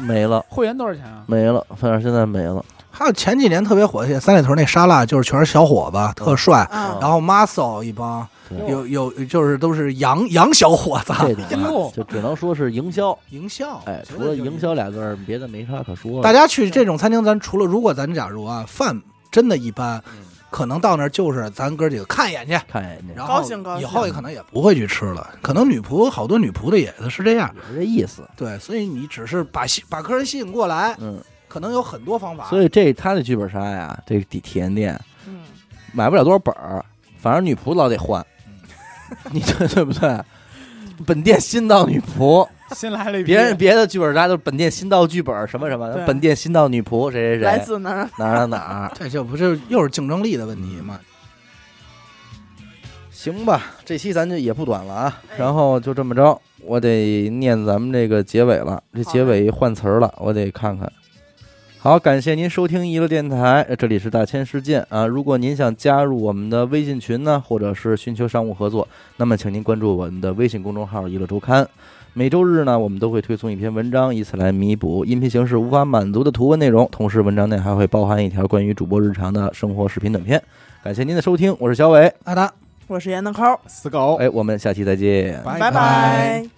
没了会员多少钱啊？ 没了，反正现在没了。还有前几年特别火，三里屯那沙拉就是全是小伙子，嗯特帅，啊，然后 muscle 一帮，对有有就是都是洋洋小伙 子，这种哎啊呦就只能说是营销，营销。哎，觉除得了有营销俩字儿，别的没啥可说大的。家去这种餐厅，咱除了如果咱假如啊饭真的一般，嗯可能到那儿就是咱哥几个看一眼去，看人家然高后兴高兴以后也可能也不会去吃了。可能女仆好多女仆的也是这样，也是这意思，对，所以你只是把吸把客人吸引过来，嗯，可能有很多方法。所以这他的剧本杀呀，这体体验店嗯，买不了多少本儿，反正女仆老得换，你 这对不对？本店新到女仆，新来了一批别人别的剧本杀都是本店新到剧本什么什么对，本店新到女仆谁谁来谁自哪儿？哪儿哪儿哪儿，这就不就又是竞争力的问题嘛？行吧，这期咱就也不短了啊，哎然后就这么着，我得念咱们这个结尾了，这好结尾换词儿了，我得看看。好，感谢您收听娱乐电台，呃这里是大千世界啊。如果您想加入我们的微信群呢，或者是寻求商务合作，那么请您关注我们的微信公众号“娱乐周刊”。每周日呢，我们都会推送一篇文章，以此来弥补音频形式无法满足的图文内容。同时，文章内还会包含一条关于主播日常的生活视频短片。感谢您的收听，我是小伟。阿达，我是闫德抠，死狗。哎，我们下期再见。拜拜。